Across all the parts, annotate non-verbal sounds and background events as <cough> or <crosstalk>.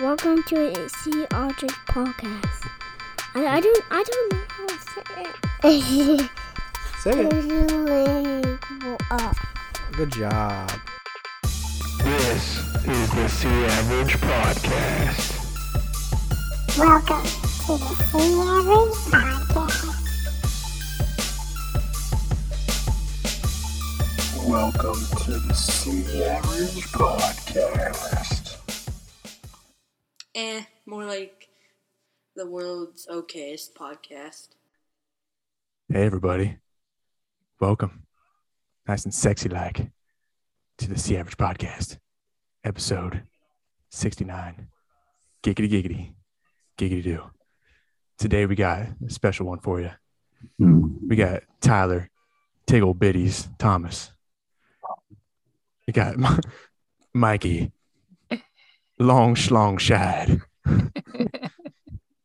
Welcome to a Sea Otters podcast. I, I don't I don't know how to say <laughs> it. Say it. Bilingual. Good job. This is the Sea Average Podcast. Welcome to the Sea Otters podcast. Welcome to the Sea Average Podcast. eh, more like the world's okayest podcast. Hey, everybody. Welcome, nice and sexy like, to the Sea Average Podcast, episode 69. Giggity, giggity, giggity do. Today, we got a special one for you. We got Tyler, Tiggle Bitties, Thomas. We got <laughs> Mi- Mikey, Long Schlong Shad. I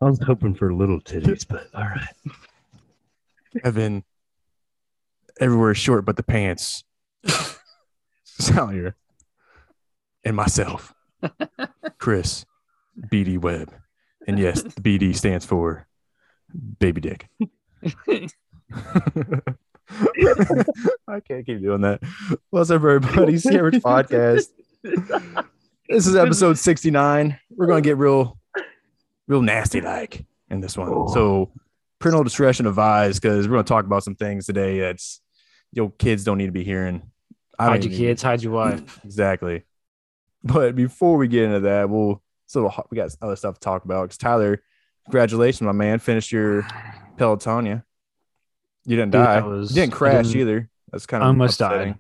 was hoping for little titties, but all right. Evan, everywhere is short but the pants. Salier, and myself, Chris, BD Webb, and <laughs> yes, the BD stands for baby dick. <laughs> I can't keep doing that. What's up, everybody? <laughs> Sierra Podcast. This is episode sixty-nine. We're gonna get real, real nasty like in this one. So parental discretion advised because we're going to talk about some things today that's your kids don't need to be hearing. I don't hide your even need- kids, hide your wife. <laughs> exactly. <laughs> But before we get into that, we'll so we got other stuff to talk about. Because Tyler, congratulations, my man, finished your <sighs> Peloton. yeah. You didn't Dude, die. I was- you didn't I crash didn't- either. That's kind of Almost died. upsetting.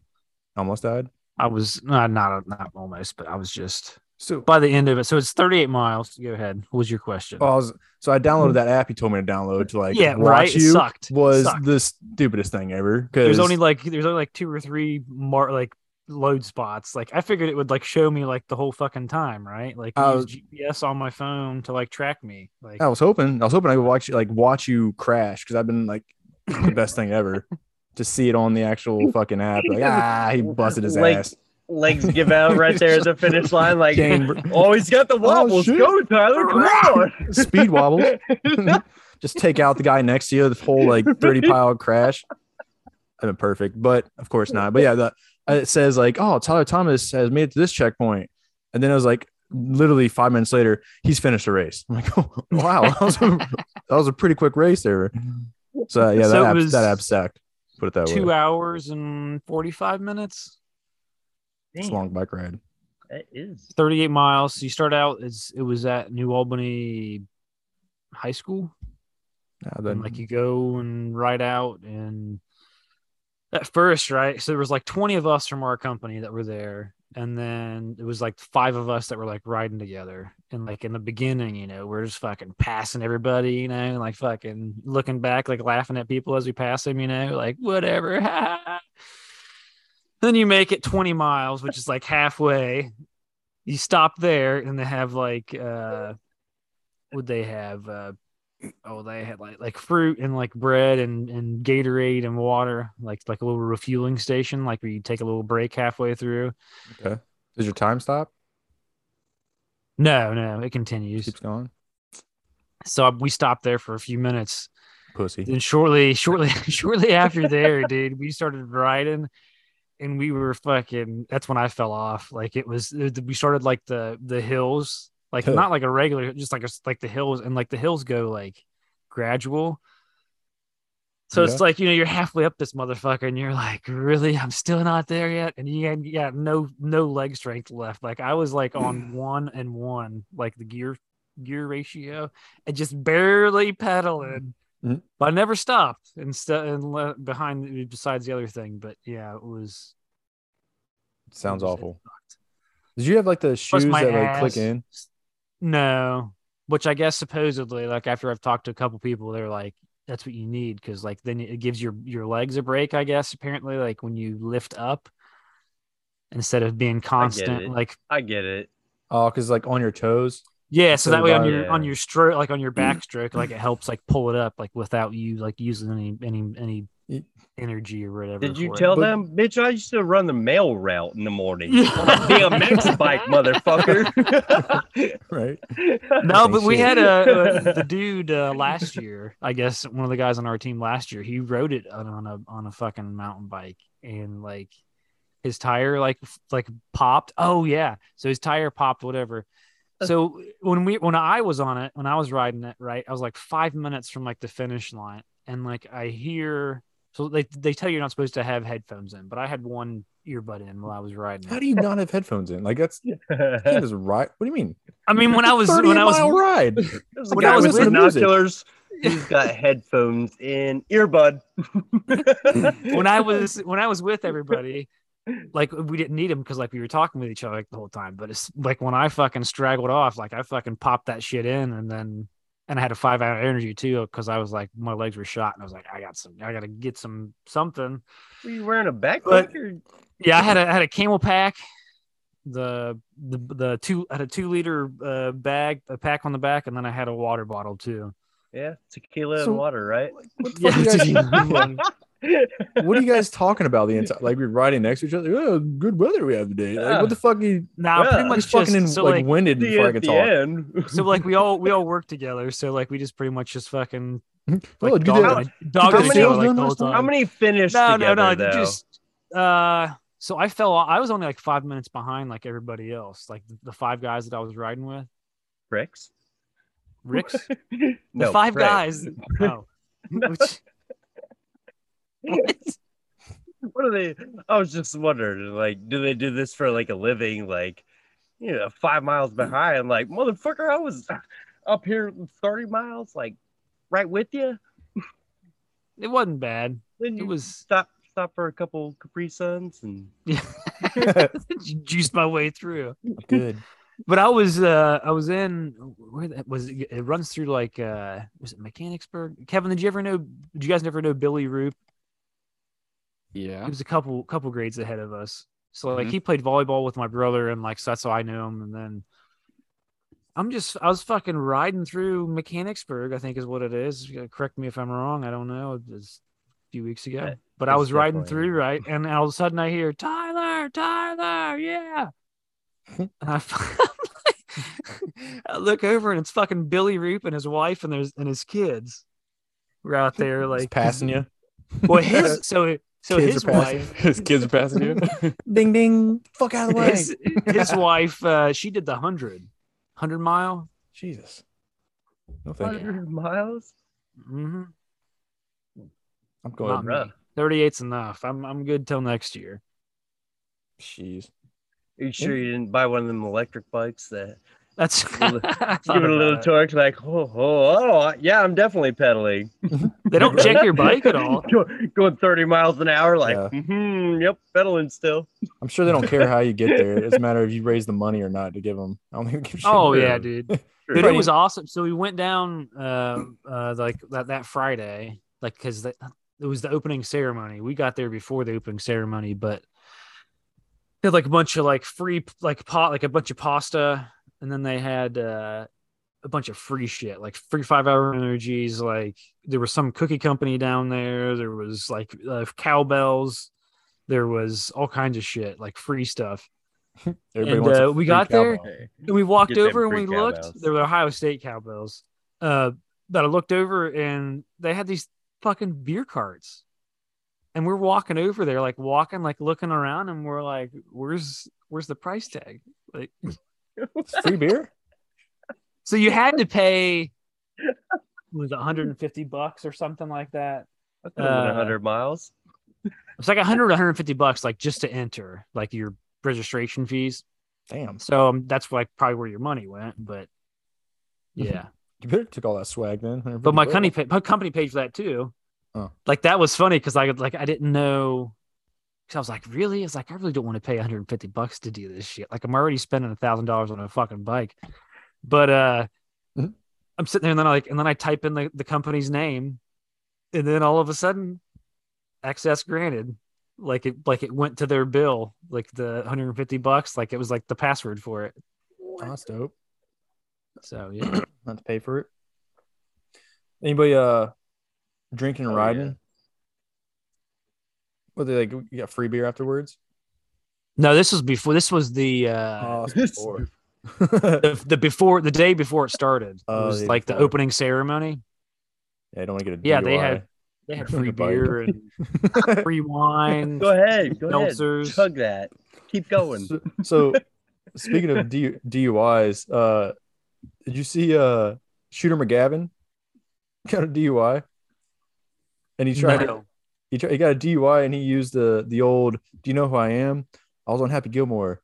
Almost died. I was not not not almost, but I was just So by the end of it. So it's 38 miles. Go ahead. What was your question? oh, I was, so I downloaded that app you told me to download to like yeah, watch right. It you sucked. was Sucked. the stupidest thing ever. there's Because only like there's only like two or three more like load spots. Like I figured it would like show me like the whole fucking time, right? Like I use GPS on my phone to like track me. Like I was hoping I was hoping I could watch like watch you crash because I've been like <laughs> the best thing ever to see it on the actual fucking app. <laughs> Like ah, he busted his Like, ass. Legs give out right there at the finish line. Like, <laughs> Dang, oh, he's got the wobbles. shit. Go, Tyler. Come <laughs> on. speed <laughs> wobbles. Just take out the guy next to you. The whole like <laughs> thirty pile crash. I've been perfect, but of course not. But yeah, the, it says like oh Tyler Thomas has made it to this checkpoint, and then it was like literally five minutes later he's finished the race. I'm like <laughs> oh, wow, that was, a, <laughs> that was a pretty quick race there. So uh, yeah, that, So it app, was that app sucked. Put it that way. two hours and 45 minutes. It's a long bike ride. That is. 38 miles. You start out as it was at New Albany High School. Yeah, and then- like you go and ride out and at first right so there was like 20 of us from our company that were there and then it was like five of us that were like riding together and like in the beginning you know we're just fucking passing everybody you know and like fucking looking back like laughing at people as we pass them you know like whatever <laughs> then you make it 20 miles which is like halfway you stop there and they have like uh would they have uh oh they had like like fruit and like bread and and Gatorade and water like like a little refueling station like where you take a little break halfway through. Does your time stop? No, no, it continues. Keeps going. So uh, we stopped there for a few minutes. Pussy. Then shortly, <laughs> shortly, shortly after there, dude, we started riding, and we were fucking. That's when I fell off. Like it was. We started like the the hills, like Huh. not like a regular, just like a, like the hills, and like the hills go like gradual. So Yeah. it's like you know you're halfway up this motherfucker, and you're like, really, I'm still not there yet, and you got, you got no no leg strength left. Like I was like on one and one, like the gear gear ratio, and just barely pedaling but I never stopped and, st- and le- behind besides the other thing. But yeah, it was Sounds it was- awful. Did you have like the Plus shoes my that like ass- click in? No, which I guess supposedly, like after I've talked to a couple people, they're like, "That's what you need," because like then it gives your your legs a break. I guess apparently, like when you lift up instead of being it. constant, like I get it. Oh, because like on your toes. Yeah, so So that way on by- your on Yeah. your <clears throat> stroke, like on your backstroke, like it helps like pull it up, like without you like using any any any Y- energy or whatever. Did you for it. tell But- them, bitch? I used to run the mail route in the morning. Yeah. Be a BMX bike, <laughs> <laughs> motherfucker. right? No, They but we had should. <laughs> a, a the dude uh, last year. I guess one of the guys on our team last year. He rode it on, on a on a fucking mountain bike, and like his tire like f- like popped. Oh yeah, so his tire popped. Whatever. So when we when I was on it, when I was riding it, right, I was like five minutes from like the finish line, and like I hear. So they they tell you you're not supposed to have headphones in, but I had one earbud in while I was riding. How It. do you not have headphones in? Like that's you can't just ride. What do you mean? I mean, <laughs> when I was Thirty when I was mile ride. There's a When guy I was with listening to music. binoculars. He's got headphones in earbud. <laughs> when <laughs> <laughs> I was when I was with everybody, like we didn't need them because like we were talking with each other like, the whole time. But it's like when I fucking straggled off, like I fucking popped that shit in, and then and I had a five hour energy too because I was like my legs were shot, and I was like I got some, I gotta get some something. were you wearing a backpack? But- or- Yeah, I had a I had a camel pack. The the the two I had a two liter uh, bag a pack on the back, and then I had a water bottle too. yeah, tequila So- and water, right? <laughs> What the Yeah, fuck are you guys- yeah, what are <laughs> you guys talking about the entire? Like we're riding next to each other. Oh, good weather we have today. Like what the fuck? Are you Now Yeah. pretty I'm much just fucking just- in, so, like, like, winded before I can at the talk. end. so like we all we all work together. So like we just pretty much just fucking Oh, like did dog, that- <laughs> on a- dog How on a many- tail, like, the whole how How time. many finished No, no, together, no. though? you Just uh, so I fell. off- I was only like five minutes behind, like everybody else, like the, the five guys that I was riding with. bricks? <laughs> Rick's the No, five Craig. guys. <laughs> Oh, Which- What are they? I was just wondering, like, do they do this for like a living? Like, you know, five miles behind, like, motherfucker, I was up here 30 miles, like, right with you. it wasn't bad. Then It you was stop, stop for a couple Capri Suns, and juiced my way through. Good. but I was uh I was in where that was it it runs through like uh was it Mechanicsburg? Kevin, did you ever know did you guys never know Billy Roop? Yeah. He was a couple couple grades ahead of us. So like he played volleyball with my brother and like so that's how I knew him and then I'm just I was fucking riding through Mechanicsburg, I think is what it is. You gotta Correct me if I'm wrong, I don't know. It was a few weeks ago. Yeah, But I it's was riding definitely- through, right? And all of a sudden I hear Tyler, Tyler, yeah. And I, I look over and it's fucking Billy Roop and his wife and there's and his kids were <laughs> out there Like like passing you. <laughs> Well <laughs> his so <laughs> so Kids his are passing. wife <laughs> His kids are passing you. <laughs> Ding ding. Fuck out of the way. his, his wife uh she did the 100 100 mile Jesus. No thank you. 100 <laughs> miles. mm-hmm. I'm Not going. me. Bruh. 38's enough i'm i'm good till next year Jeez. Are you sure you didn't buy one of them electric bikes that that's Give I thought give it a about little it. torque? Like, oh, oh, oh, yeah, I'm definitely pedaling. <laughs> they don't check <laughs> your bike <laughs> at all Go- Going 30 miles an hour, like, Yeah. hmm, yep, pedaling still. I'm sure they don't care how you get there. It doesn't matter if you raise the money or not to give them. I don't think they give a shit. oh yeah dude Dude, it Right. was awesome. So we went down, uh, uh, like that, that Friday, like because it was the opening ceremony. We got there before the opening ceremony, but they had like a bunch of like free, like pot, like a bunch of pasta, and then they had uh, a bunch of free shit, like free five hour energies. Like there was some cookie company down there. There was like uh, cowbells. There was all kinds of shit, like free stuff. Everybody And, wants uh, a we <laughs> free got there. cowbell. And we walked Get them over and free we looked. cowbells. They were Ohio State cowbells. Uh, but I looked over and they had these fucking beer carts. And we're walking over there, like walking, like looking around, and we're like, "Where's where's the price tag?" Like, It's free beer. so you had to pay was it 150 bucks or something like that. I could have Uh, 100 miles. It's like 100, 150 bucks, like just to enter, like your registration fees. Damn. So um, that's like probably where your money went. But yeah, You better took all that swag then. but my company pa- my company paid for that too. Oh. Like that was funny because I like I didn't know because I was like really it's like I really don't want to pay 150 bucks to do this shit. Like I'm already spending a thousand dollars on a fucking bike, but uh, Mhm. I'm sitting there and then I like and then I type in the, the company's name, and then all of a sudden, access granted. Like it like it went to their bill like the 150 bucks like it was like the password for it. Oh, that's dope. So yeah, Not to pay for it. Anybody uh drinking and Oh, yeah. riding? What they like? You got free beer afterwards. No, this was before. This was the uh, it's <laughs> This- before. the, the before the day before it started. Oh, it was the day like the before. opening ceremony. <laughs> yeah, I don't want to get a Yeah, they DUI. had they <laughs> had free Bite. beer and <laughs> free wine. Go ahead. Go ahead. Seltzers. Chug that. <laughs> Keep going. So, so speaking of D- DUIs, uh, did you see uh, Shooter McGavin got a DUI? And he tried to No. he, tried, he got a DUI and he used the the old "Do you know who I am?" I was on Happy Gilmore.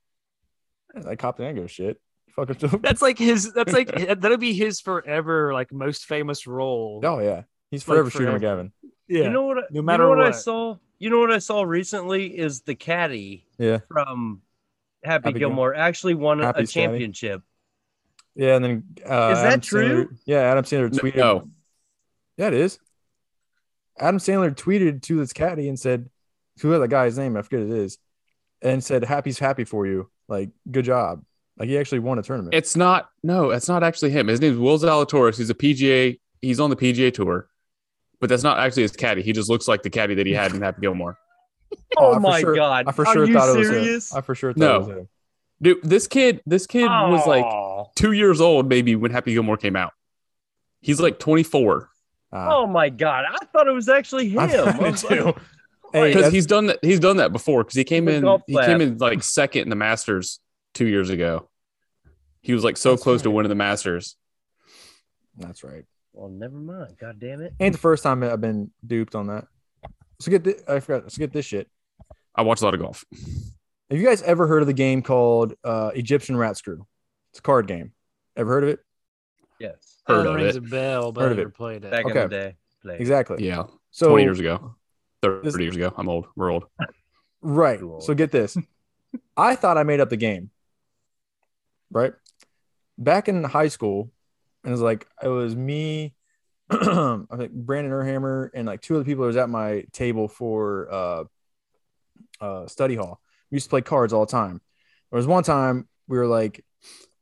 I copped an angle shit. Fuck him. so- That's like his. That's like that'll be his forever like most famous role. <laughs> Oh yeah, he's Like forever forever. Shooter McGavin. yeah. You know what? I- No you matter know what, I what. saw. You know what I saw recently is the caddy Yeah, from Happy, Happy Gil- Gilmore actually won a- a Happy's caddy. championship. yeah. And then uh, Is that Adam Sandler- true? yeah, Adam Sandler No, tweeted. no. Yeah, it is. Adam Sandler tweeted to this caddy and said, "Who had that guy's name? I forget it is," and said, "Happy's happy for you. Like, good job. Like, he actually won a tournament. It's not. No, it's not actually him. His name's Will Zalatoris. He's a PGA. He's on the PGA tour, but that's not actually his caddy. He just looks like the caddy that he had in Happy Gilmore. Oh, Oh, I for my sure- god! I for Are sure you thought it was serious? him. I for sure thought No. it was him. Dude, this kid. This kid was like Aw. two years old maybe when Happy Gilmore came out. He's like 24 Ah. Oh my god! I thought it was actually him. I I thought it was like, too. Hey, because that's- he's done that. He's done that before because he came The in. golf He came clap. in like second in the Masters two years ago. He was like so That's close to right. winning the Masters. that's right. well, never mind. God damn it! Ain't the first time I've been duped on that. So get this, I forgot. So get this shit. I watch a lot of golf. Have you guys ever heard of the game called uh, Egyptian Rat Screw? It's a card game. Ever heard of it? Yes, Heard That of rings it. a bell, but Heard I of never it. played it. back Okay. in the day. Play. Exactly. Yeah, So 20 years ago, 30 This- years ago. I'm old. We're old. Right. Too So old. get this. I thought I made up the game. Right? Back in high school, and it was like it was me, <clears throat> I think Brandon Erhammer, and like two other people that was at my table for uh uh study hall. We used to play cards all the time. There was one time we were like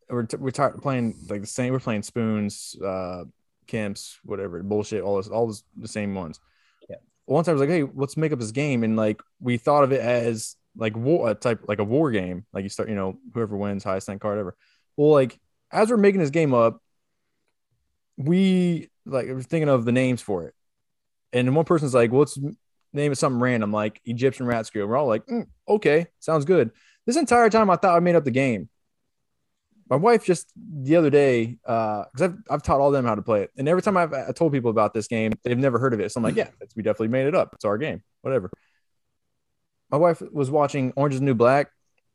we we're, t- we we're tired of playing like the same we we're playing spoons, uh Kemps, whatever, bullshit, all this, all this, the same ones one time I was like, hey, let's make up this game. And like we thought of it as like war a type like a war game. Like you start, you know, whoever wins, highest ranked card ever. Well, like as we're making this game up, we like we're thinking of the names for it. And then one person's like, well, let's name it something random, like Egyptian rat screw. We're all like, "Mm, okay, sounds good. This entire time I thought I made up the game. My wife just the other day, because I've, I've taught all them how to play it. And every time I've I told people about this game, they've never heard of it. So I'm like, yeah, it's, we definitely made it up. It's our game, whatever. My wife was watching Orange is the New Black,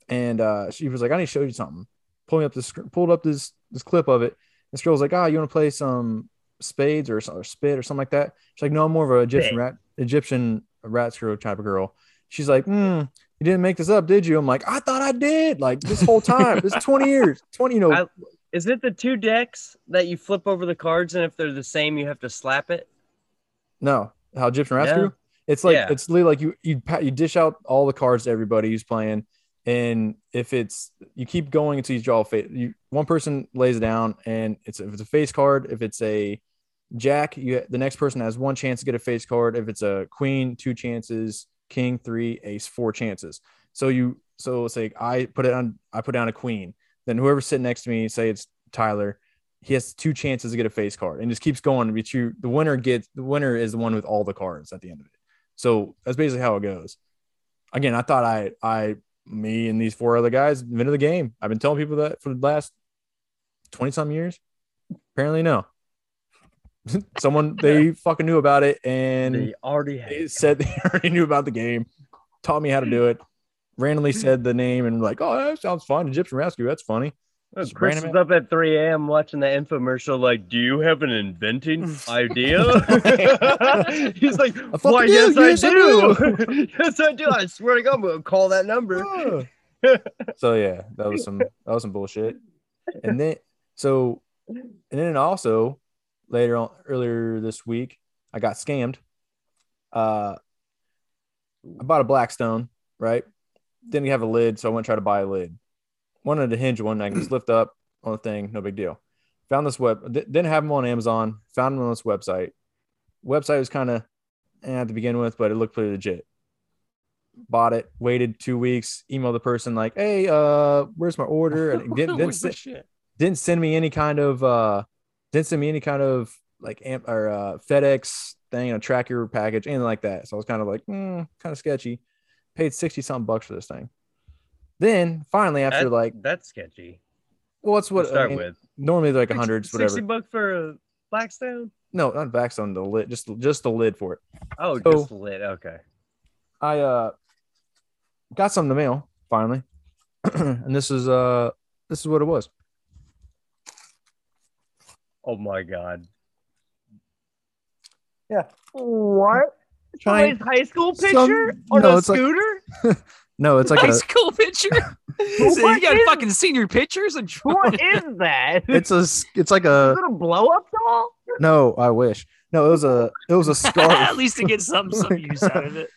and uh, she was like, I need to show you something. Pulling up this, pulled up this this clip of it. This girl was like, ah, you want to play some spades or, or spit or something like that? She's like, no, I'm more of an Egyptian Spit. rat, Egyptian rat screw type of girl. She's like, hmm, you didn't make this up, did you? I'm like, I thought I did. Like this whole time, it's 20 years, 20, you know, I- Is it the two decks that you flip over the cards, and if they're the same, you have to slap it? No, how Egyptian rat Yeah. screw. It's like Yeah. it's literally like you you pat, you dish out all the cards to everybody who's playing, and if it's you keep going until you draw a face. You, one person lays it down, and it's if it's a face card, if it's a jack, you the next person has one chance to get a face card. If it's a queen, two chances. King three, ace four chances. So you so it's like I put it on I put down a queen. Then whoever's sitting next to me, say it's Tyler, he has two chances to get a face card and just keeps going. But you, the winner gets the winner is the one with all the cards at the end of it. So that's basically how it goes. Again, I thought I, I, me and these four other guys invented the game. I've been telling people that for the last twenty some years. Apparently, no. <laughs> Someone they fucking knew about it and they already had. they said <laughs> they already knew about the game, taught me how to do it. Randomly said the name and like, oh, that sounds fun. Egyptian rescue, that's funny. Oh, Just Chris random- was up at 3 a.m. watching the infomercial. Like, do you have an inventing <laughs> idea? <laughs> He's like, fucking why? do, Yes, yes, I I do. <laughs> yes, I do. I swear to God, I'm gonna call that number. so yeah, that was some that was some bullshit. And then so and then also later on earlier this week, I got scammed. Uh I bought a Blackstone, right? Didn't have a lid, so I went and tried to buy a lid. Wanted a hinge one I can just lift up on the thing, no big deal. Found this web di- didn't have them on Amazon, found them on this website. Website was kind of eh, to begin with, but it looked pretty legit. bought it, waited two weeks, emailed the person like, "Hey, uh, where's my order?" And <laughs> it didn't didn't, Where's the se- shit? didn't send me any kind of uh, didn't send me any kind of like amp or uh, FedEx thing, you know, track your package, anything like that. So I was kind of like, mm, kind of sketchy. Paid sixty something bucks for this thing. Then finally, after That- like, that's sketchy. well, what's What what to start I mean, with normally they're like hundreds, whatever. Sixty bucks for a Blackstone. No, not backs on the lid, just just the lid for it. Oh, So- just lit. Okay. I uh got some in the mail finally, <clears throat> and this is uh this is what it was. Oh my god. Yeah. What? Trying- Somebody's high school some- picture on no, a it's like- scooter? <laughs> No, it's like High a school <laughs> <laughs> picture. so you What got is- fucking senior pictures and Oh What is <laughs> that? it's a s- it's like a Is it a blow up doll? no. I wish no. It was a it <laughs> was a <laughs> at scarf. least to get some <laughs> some Oh use out of it.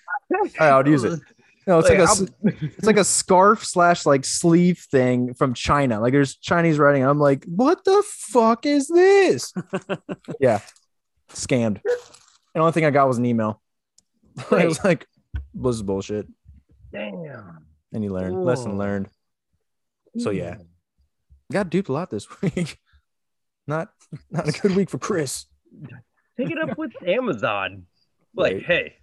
I would use it. No, it's like, Like, a s- it's like a scarf slash like sleeve thing from China. Like there's Chinese writing. I'm like, what the fuck is <laughs> this? yeah, scammed. The only thing I got was an email. <laughs> I was like, this is bullshit. Damn. And you learn lesson Whoa. learned. So yeah, got duped a lot this <laughs> week. Not not a good week for Chris. Take it up with Amazon. Like, Right. hey,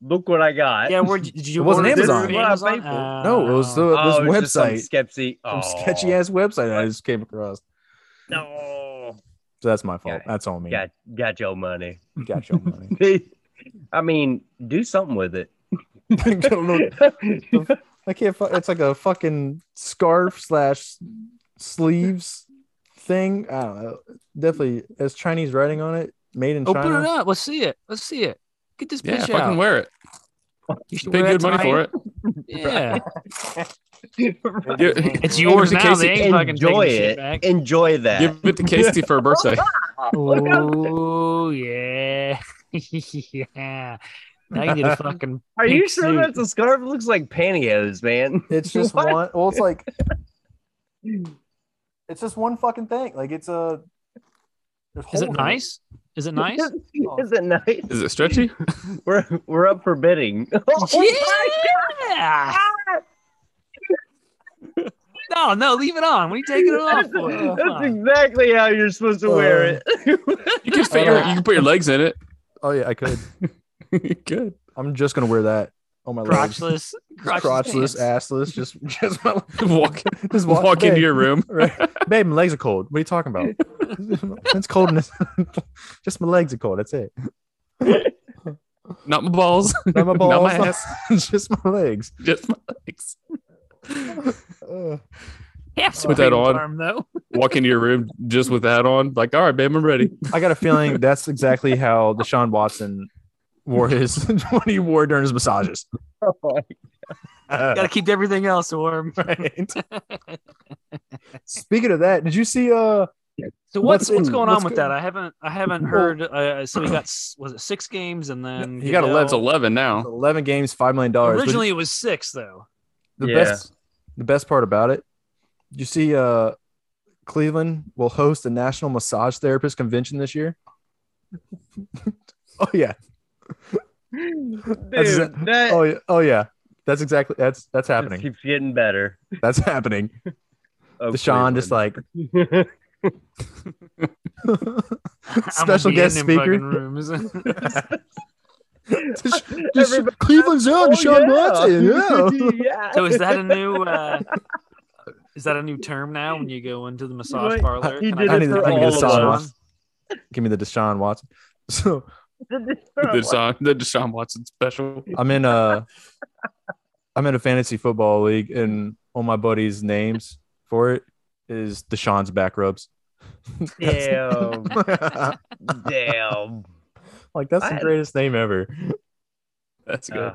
look what I got. Yeah, where did you? It wasn't order it Amazon. through What I Amazon? paid for. Uh, No, it was the, Oh, this it's just some website, Skepsy. some Oh, sketchy ass website I just came across. No. So that's my fault. Got it. That's on me. Got, got your money. <laughs> Got your money. <laughs> I mean, do something <laughs> with it. I don't know. I can't. Fu- it's like a fucking scarf slash sleeves thing. I don't know. Definitely, has Chinese writing on it. Made in Open it China. up. Let's see it. Let's see it. Get this Yeah, bitch fucking out. wear it. You should Pay wear good money tonight. for it. <laughs> Yeah, Give, <laughs> it's Give it yours to now. Casey. They ain't fucking taking Enjoy the shit it. back. Enjoy that. give it to Casey for her birthday. <laughs> Oh <laughs> yeah, yeah. Now you need a fucking. Are you pink sure suit. that's a scarf? It looks like pantyhose, man. It's <laughs> just <laughs> What? one. Well, it's like it's just one fucking thing. Like it's a. there's Is it holes in nice? Is it nice? Is it nice? Is it stretchy? We're we're up for bidding. <laughs> Oh my yeah. God! <laughs> No, no, leave it on. What are you taking it off That's, for? that's exactly how you're supposed to wear Uh, <laughs> it. <laughs> You can fit your, you can put your legs in it. Oh yeah, I could. Good. I'm just gonna wear that on my <laughs> legs. Crotchless, crotchless, crotchless, pants. assless. Just <laughs> just my <laughs> Walk, just walk, walk, into babe. your room. Right. Babe, my legs are cold. What are you talking about? it's cold in this. <laughs> just my legs are cold. That's it. Not my balls. Not my Not balls. my ass. <laughs> just my legs. Just my legs. Uh, Yes, Put that on. Arm, <laughs> though. Walk into your room just with that on. Like, all right, babe, I'm ready. I got a feeling that's exactly how Deshaun Watson wore his <laughs> when he wore during his massages. Got to keep everything else <laughs> warm. uh, right. Speaking of that, did you see? Uh, So what's what's What's in- going what's on with go- that? I haven't I haven't heard. Uh, so we got s- was it six games and then He got Goodell- That's <laughs> 11 now. eleven games, five million dollars. Originally it was six though. the Yeah. best the best part about it you see uh cleveland will host a national massage therapist convention this year <laughs> oh yeah Dude, That's it. that oh yeah oh yeah that's exactly that's that's just happening keeps getting better. that's <laughs> happening Oh, deshaun just like Cleveland. <laughs> I'm gonna <laughs> Special be in guest them speaker. fucking <laughs> rooms. <laughs> <laughs> Everybody- cleveland's out <laughs> Oh, deshaun yeah. <laughs> watson yeah. yeah. so is that a new uh, is that a new term now when you go into the massage Wait, parlor? he Can did I get need- it for I need to all of sign us. off. give me the deshaun watson <laughs> so The Deshaun, the Deshaun Watson special. I'm in a I'm in a fantasy football league, and all my buddies' names for it is Deshaun's back rubs. <laughs> Damn, like damn. that's the I- greatest name ever. That's good. Uh,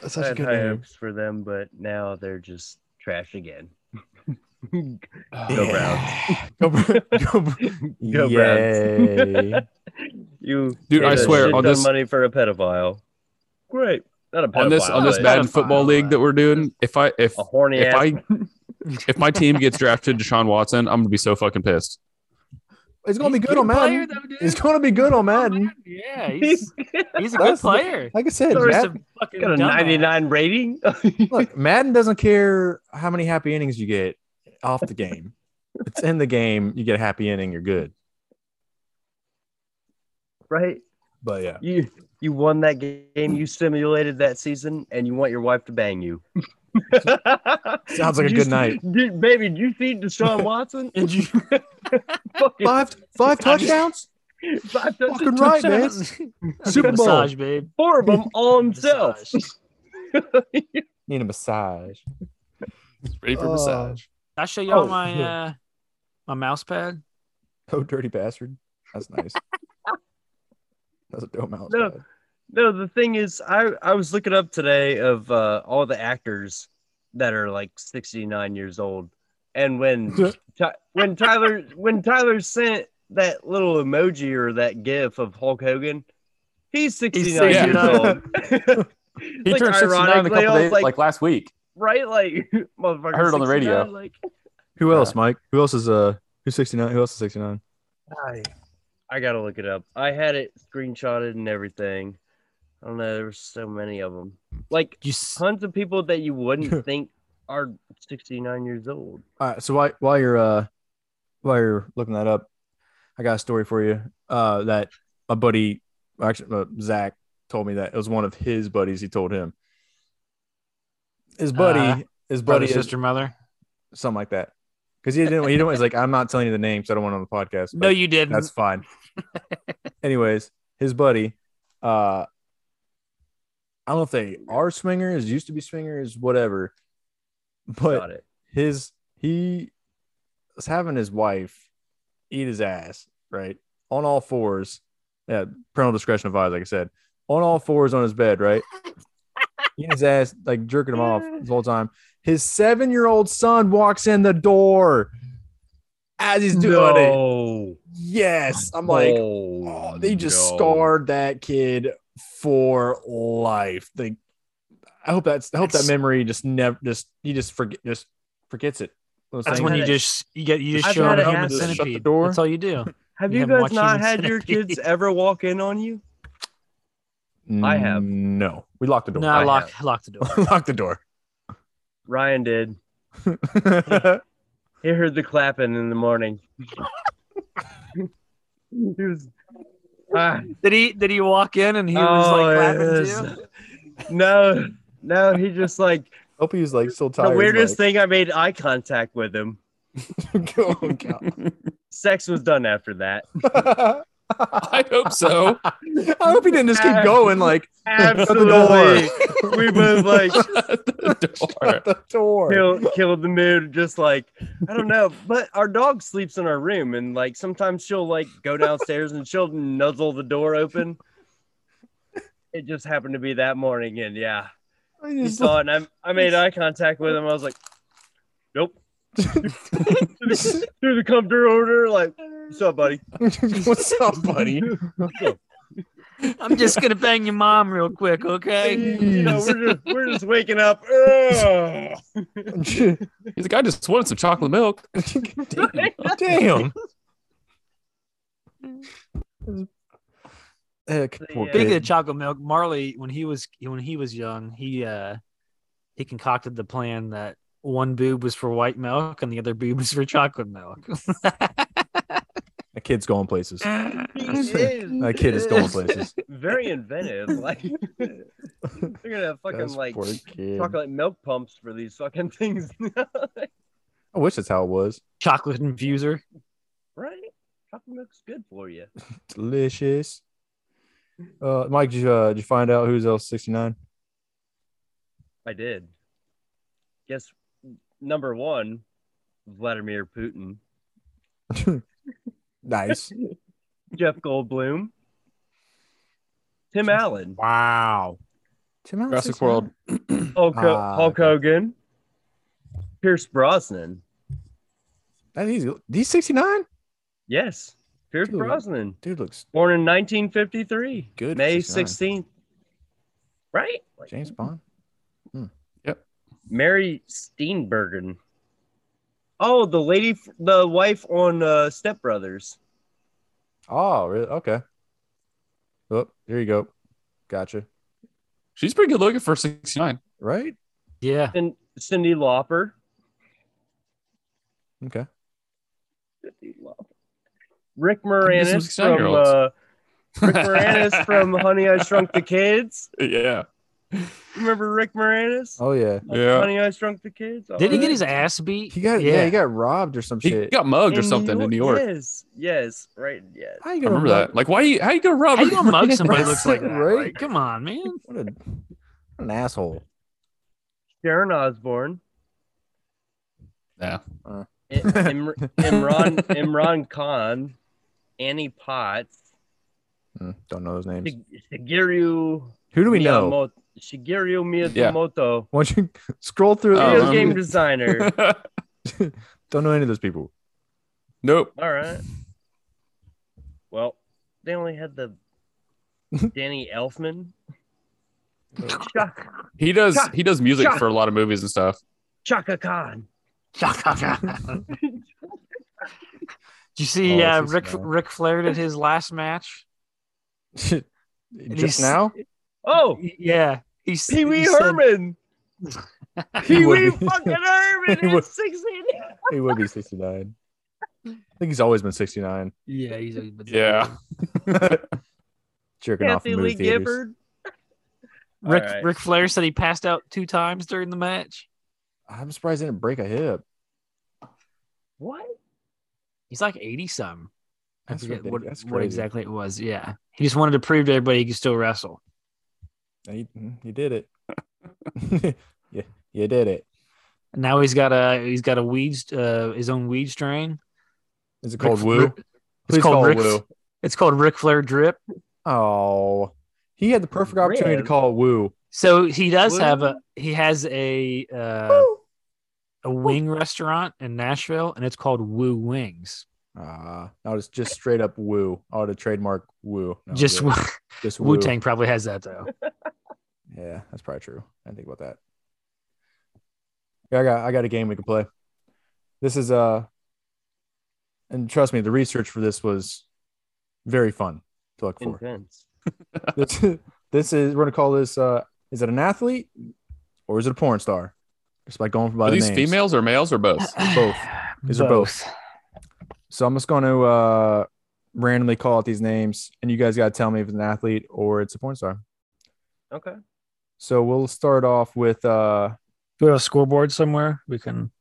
That's I such a had good high name. hopes for them, but now they're just trash again. <laughs> Go Yeah. Go, Bro- <laughs> go, Go Go Browns. Yay. You, Dude, paid I a swear, shit on ton this- money for a pedophile. Great, not a pedophile. on this on this but Madden pedophile, football league uh, that we're doing, if I if a horny if ass. I if my team gets drafted Deshaun Watson, I'm gonna be so fucking pissed. It's gonna be He's a good on player, Madden. though, dude. Oh, It's gonna be good Oh, on Madden. Yeah, he's, He's he's a good That's the- player. Like I said, Sorry, Madden, Just a fucking got a dumbass. 99 rating. <laughs> look, Madden doesn't care how many happy innings you get off the game. it's in the game. You get a happy inning, you're good. right? But yeah, You you won that game. You simulated that season, and you want your wife to bang you. <laughs> Sounds like a You good see- night. Did, baby, did you <laughs> see Deshaun Watson? Did <laughs> you? fucking, five five touchdowns, five touchdowns, fucking right, man. Super Bowl. Massage, babe. four of <laughs> them all himself. Massage. <laughs> Need a massage. Ready for Oh. massage. I show y'all Oh, my yeah. uh my mouse pad. Oh, dirty bastard. That's nice. <laughs> That's a dope mouse. No. pad. No, the thing is, I I was looking up today of uh, all the actors that are like 69 years old, and when <laughs> Ty- when Tyler when Tyler sent that little emoji or that GIF of Hulk Hogan, he's 69 years 69. old. <laughs> He <laughs> Like, turned 69 in a ironically, couple I was days, like- like, last week. right? Like, <laughs> motherfucker. I heard it on the 69, radio. Like, Who else, Mike? Who else is uh? Who's sixty nine? Who else is sixty nine? I, I gotta look it up. I had it screenshotted and everything. I don't know. There's so many of them. Like You s- tons of people that <laughs> you wouldn't think are 69 years old. All right. So while while you're uh while you're looking that up, I got a story for you. Uh, that my buddy, actually uh, Zach, told me that it was one of his buddies. He told him his buddy, Uh, his brother, buddy, is, sister, mother. something like that. Because he didn't, he didn't. He's like, I'm not telling you the name, so I don't want it on the podcast. No, but- you didn't. <laughs> That's fine. Anyways, his buddy, uh, I don't know if they are swingers, used to be swingers, whatever. But Got it. his he was having his wife eat his ass, right? On all fours. Yeah, parental discretion advised, like I said. On all fours on his bed, right? Eating his ass, like jerking him off this whole time. His seven year old son walks in the door as he's doing it. no. Yes. I'm like, oh, they just scarred that kid for life. They, I hope that's, I hope It's- that memory just never, just, he just forget, just forgets it. You know what I'm That's saying? when I've you had it- just you get you just I've show had up it human happen. Shut the centipede. door. That's all you do. Have You you, haven't guys watched not Human had your Centipede. kids ever walk in on you? I have. Mm, No, we locked the door. No, <laughs> I I lock lock the door. locked the door. Ryan did. He heard the clapping in the morning. <laughs> he was, ah, Did he did he walk in and he was Oh, like clapping to you? yes. <laughs> No, no, he just like <laughs> hope he was like oh, still the tired. weirdest thing. I made eye contact with him. <laughs> thing. Sex was done after that. <laughs> I <laughs> hope so. I hope he didn't just keep going like Absolutely, we both like Door. <laughs> the door. killed, killed the mood. Just like I don't know, but our dog sleeps in our room, and like sometimes she'll like go downstairs and she'll nuzzle the door open. It just happened to be that morning, and yeah, I he just- saw it. And I, I made eye contact with him. I was like, "Nope." Through the comforter order, like, "What's up, buddy?" <laughs> What's up, buddy? <laughs> I'm just gonna bang your mom real quick, okay? <laughs> You know, we're just we're just waking up. Ugh. He's like, I just wanted some chocolate milk. <laughs> Damn. Eh, poor Yeah. Speaking kid. of chocolate milk, Marley, when he was when he was young, he uh he concocted the plan that one boob was for white milk and the other boob was for chocolate milk. <laughs> That kid's going places. He is That kid is going places. very inventive. Like they're <laughs> gonna have <laughs> fucking That's like poor kid. chocolate milk pumps for these fucking <laughs> things, I wish that's how it was. chocolate infuser. right? Chocolate milk's good for you. Delicious. Uh, Mike, did you, uh, did you find out who's L sixty nine? I did. Guess number one, Vladimir Putin, <laughs> Nice. Jeff Goldblum, Tim Allen, wow. Tim Allen's Jurassic 69? World. Hulk, Ho- Ah, Hulk okay. Hogan, Pierce Brosnan. That he's he's sixty nine. Yes, Pierce Dude. Brosnan, Dude looks born in 1953, Good May 69. 16th. Right? Like, James Bond. Mary Steenburgen. Oh, the lady, f- the wife on uh, Step Brothers. Oh, really? Okay. Oh, there you go. Gotcha. She's pretty good looking for 69. Right? Yeah. And Cindy Lauper. Okay. Cindy Lauper. Rick There's some Moranis from 69-year-olds. uh, <laughs> Rick Moranis from Honey I Shrunk the Kids. <laughs> Yeah. Remember Rick Moranis? Oh yeah. Yeah. Honey I Shrunk the Kids. Did he Alright. get his ass beat? He got yeah. he got robbed or some He shit. got mugged or In something in New York. Yes, yes, right. Yes. How you I gonna remember mug- that. Like, why you, how you gonna rob How you gonna <laughs> mug somebody who Right. looks like that? Right. Like, come on, man. What, a, what an asshole. Sharon Osbourne. <laughs> Yeah. Uh. I- Im- Imran Imran Khan, Annie Potts, Hmm, don't know those names. Shig- Shigeru. Who do we know? Miyamoto- Shigeru Miyamoto, Why don't you <laughs> scroll through? Yeah. video <laughs> Um, game designer. Don't know any of those people. nope. All right. Well, they only had the Danny Elfman. Chaka, He does. Shot. He does music Shot. for a lot of movies and stuff. Chaka Khan. Did you see Oh, uh, this is Rick bad. Rick Flair did his last match? Just he's- now? Oh, Yeah, he's Pee Wee he said- Herman. Pee <laughs> He would Wee be- <laughs> fucking Herman He is would- 16. He would be 69. I think he's always been <laughs> 69. <laughs> Yeah, he's a, Yeah. Jerking off Kathy in Lee movie theaters. Gifford. Rick All right. Rick Flair said he passed out two times during the match. I'm surprised he didn't break a hip. What? He's like eighty some. I That's forget ridic- what, that's what crazy. exactly it was. Yeah, he just wanted to prove to everybody he could still wrestle. He, hmm, he did <laughs> it. <laughs> yeah, you did it. And now he's got a he's got a weed uh, his own weed strain. Is it Ric called Fla- Woo? Ric- Please called call it Ric- Woo. It's called Ric Flair drip. Oh, he had the perfect opportunity to Riv. call it Woo. So he does Woo. have a he has a uh, a wing restaurant in Nashville, and it's called Woo Wings. Ah, I was just straight up Woo. I would have trademark Woo. No, I'm just Oh, good. just Woo. Wu Tang probably has that though. Yeah, that's probably true. I didn't think about that. Yeah, I got I got a game we can play. This is uh and trust me, the research for this was very fun to look for. Intense. this, <laughs> this is we're gonna call this uh is it an athlete or is it a porn star? Just by going by Are the these names. females or males <sighs> or both? Both. <sighs> These are both. So I'm just gonna uh randomly call out these names and you guys gotta tell me if it's an athlete or it's a porn star. Okay. So we'll start off with uh Do we have a scoreboard somewhere we can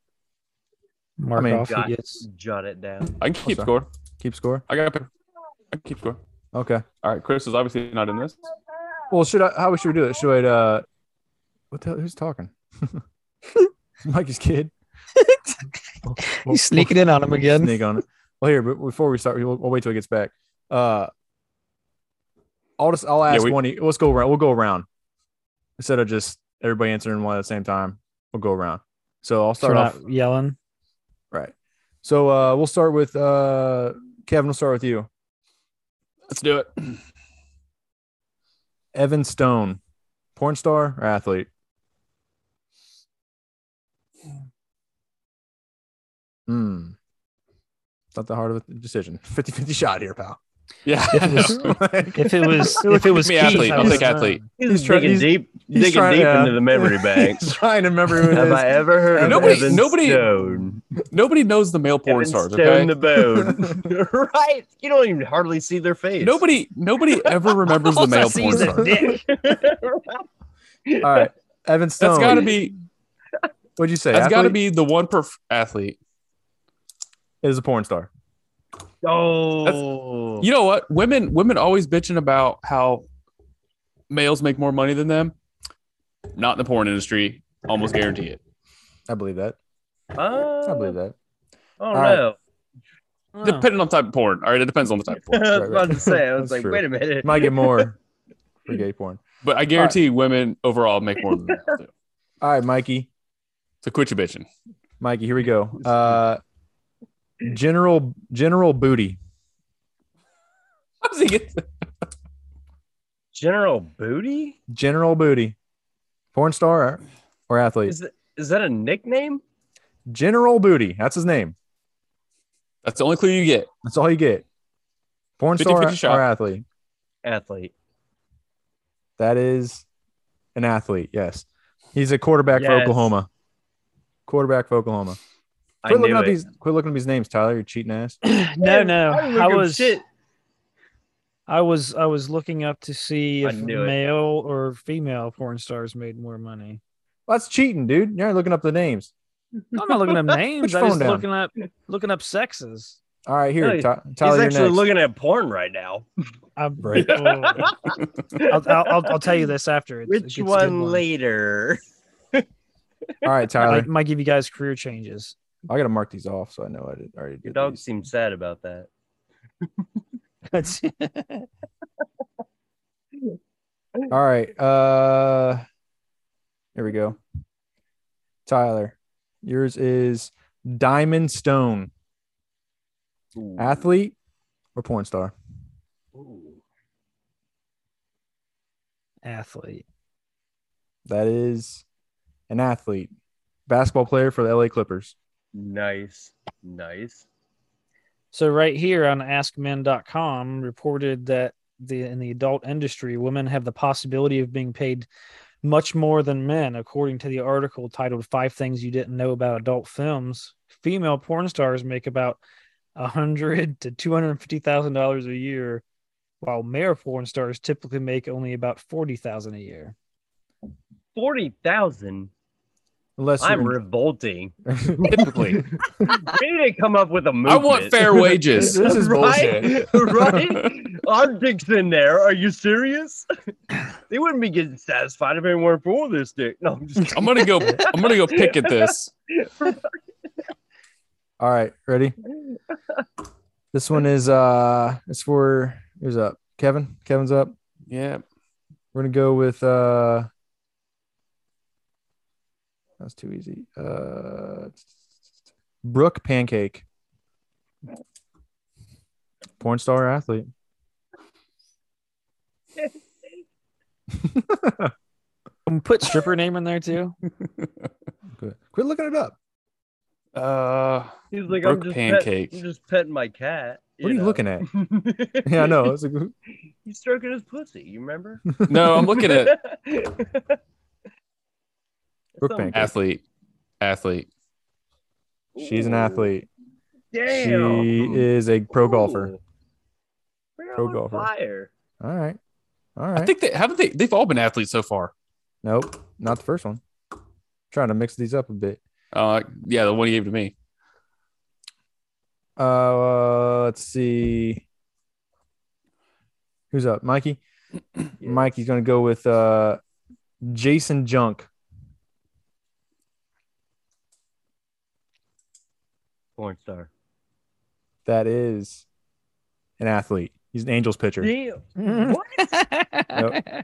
mark mean, off? who got- <laughs> gets- Jot it down. I can keep sorry. score. keep score. I got. a pick. I can keep score. Okay. All right. Chris is obviously not in this. Well, should I? How should we do it? Should I? Uh, what the hell? Who's talking? <laughs> Mikey's kid. He's sneaking in on him again. Sneak on it. Well, here, but before we start, we'll, we'll wait till he gets back. Uh, I'll just I'll ask we- one. e- Let's go around. We'll go around instead of just everybody answering one at the same time. We'll go around. So I'll So we're start off not yelling. right. So uh, we'll start with uh, Kevin. We'll start with you, Let's do it. <clears throat> Evan Stone, porn star or athlete? Hmm. It's not that hard of a decision. <laughs> 50 50 shot here, pal. Yeah. If it was- <laughs> Like, If it <laughs> was, Look, if it <laughs> was me Keith, athlete. I I'll would've take known. athlete. He's, He's trying- digging he's- deep, he's digging trying- deep yeah. into <laughs> the memory bank. He's trying to remember who it Have is. I ever heard Nobody- of Evan nobody- Stone? Nobody knows the male porn Evan stars. Stone Okay. the bone. <laughs> right. You don't even hardly see their face. Nobody. Nobody ever remembers the Also male porn sees a stars. dick. All right. Evan Stone. That's got to be. What'd you say? That's got to Athlete be the one per athlete. Is a porn star. Oh. You know what? Women. Women always bitching about how males make more money than them. Not in the porn industry. Almost guarantee it. I believe that. Uh, I believe that. <laughs> I All don't right. know. Oh. Depending on the type of porn. All right. It depends on the type of porn. I was right, about right. to say. I was That's like, true. wait a minute. Might get more for gay porn. But I guarantee women overall make more than that. too. All right, Mikey. So quit your bitching. Mikey, here we go. Uh, General General Booty. <laughs> How does he get that? General Booty? General Booty. Porn star or, or athlete? Is that is that a nickname? General Booty. That's his name. That's the only clue you get. That's all you get. Porn 50-50 star shot. or athlete? Athlete. That is an athlete. Yes, he's a quarterback for Yes. Oklahoma. Quarterback for Oklahoma. I Quit looking knew up it. these. Quit looking up these names, Tyler. You cheating ass. <clears throat> no, no. I didn't I look up was shit. I was I was looking up to see I if knew it. male or female porn stars made more money. That's cheating, dude. You're not looking up the names. I'm not looking up names. I'm phone just down. looking up looking up sexes. All right, here, No, Ty- He's Tyler. You're actually next. looking at porn right now. I'm, <laughs> Right. I'll, I'll, I'll, I'll tell you this after. It's, Which it's a good one later? All right, I <laughs> Tyler. might give you guys career changes. I gotta mark these off so I know I did, already did. Your dog These. seems sad about that. That's- All right. Uh, here we go. Tyler, yours is Diamond Stone, Ooh. athlete or porn star? Ooh. athlete. That is an athlete, basketball player for the LA Clippers. Nice. Nice. So right here on AskMen.com reported that the in the adult industry, women have the possibility of being paid much more than men, according to the article titled Five Things You Didn't Know About Adult Films. Female porn stars make about a hundred to two hundred and fifty thousand dollars a year, while male porn stars typically make only about forty thousand a year. Forty thousand. Unless I'm you- revolting. Typically, We need to come up with a I movement. <laughs> want fair <laughs> wages. This is right? <laughs> right? Our dick's in there. Are you <laughs> serious? They wouldn't be getting satisfied if anyone for this dick. No, I'm <laughs> just I'm gonna go. I'm gonna go pick at this. All right, <laughs> ready? This one is uh it's for who's up? Kevin. Kevin's up. Yeah, We're gonna go with uh that's too easy. Uh Brooke Pancake. Porn star athlete. Can we put stripper name in there too? Good. Quit looking it up. Uh, He's like, I'm Brooke just pancake. Pet, I'm just petting my cat. <laughs> What are you looking <laughs> at? at? Yeah, I know. It's like, He's stroking his pussy. You remember? <laughs> <laughs> no, I'm looking at Brooke Pancake. athlete, athlete. she's an athlete. Damn. She is a pro golfer. Ooh. We're Pro on golfer. Fire. All right. All I right. think they haven't they. They've all been athletes so far. Nope, not the first one. trying to mix these up a bit. Uh, yeah, the one he gave to me. Uh, let's see. Who's up, Mikey? Mikey's gonna go with uh, Jason Junk. Porn star. That is an athlete. He's an Angels pitcher. Damn. What?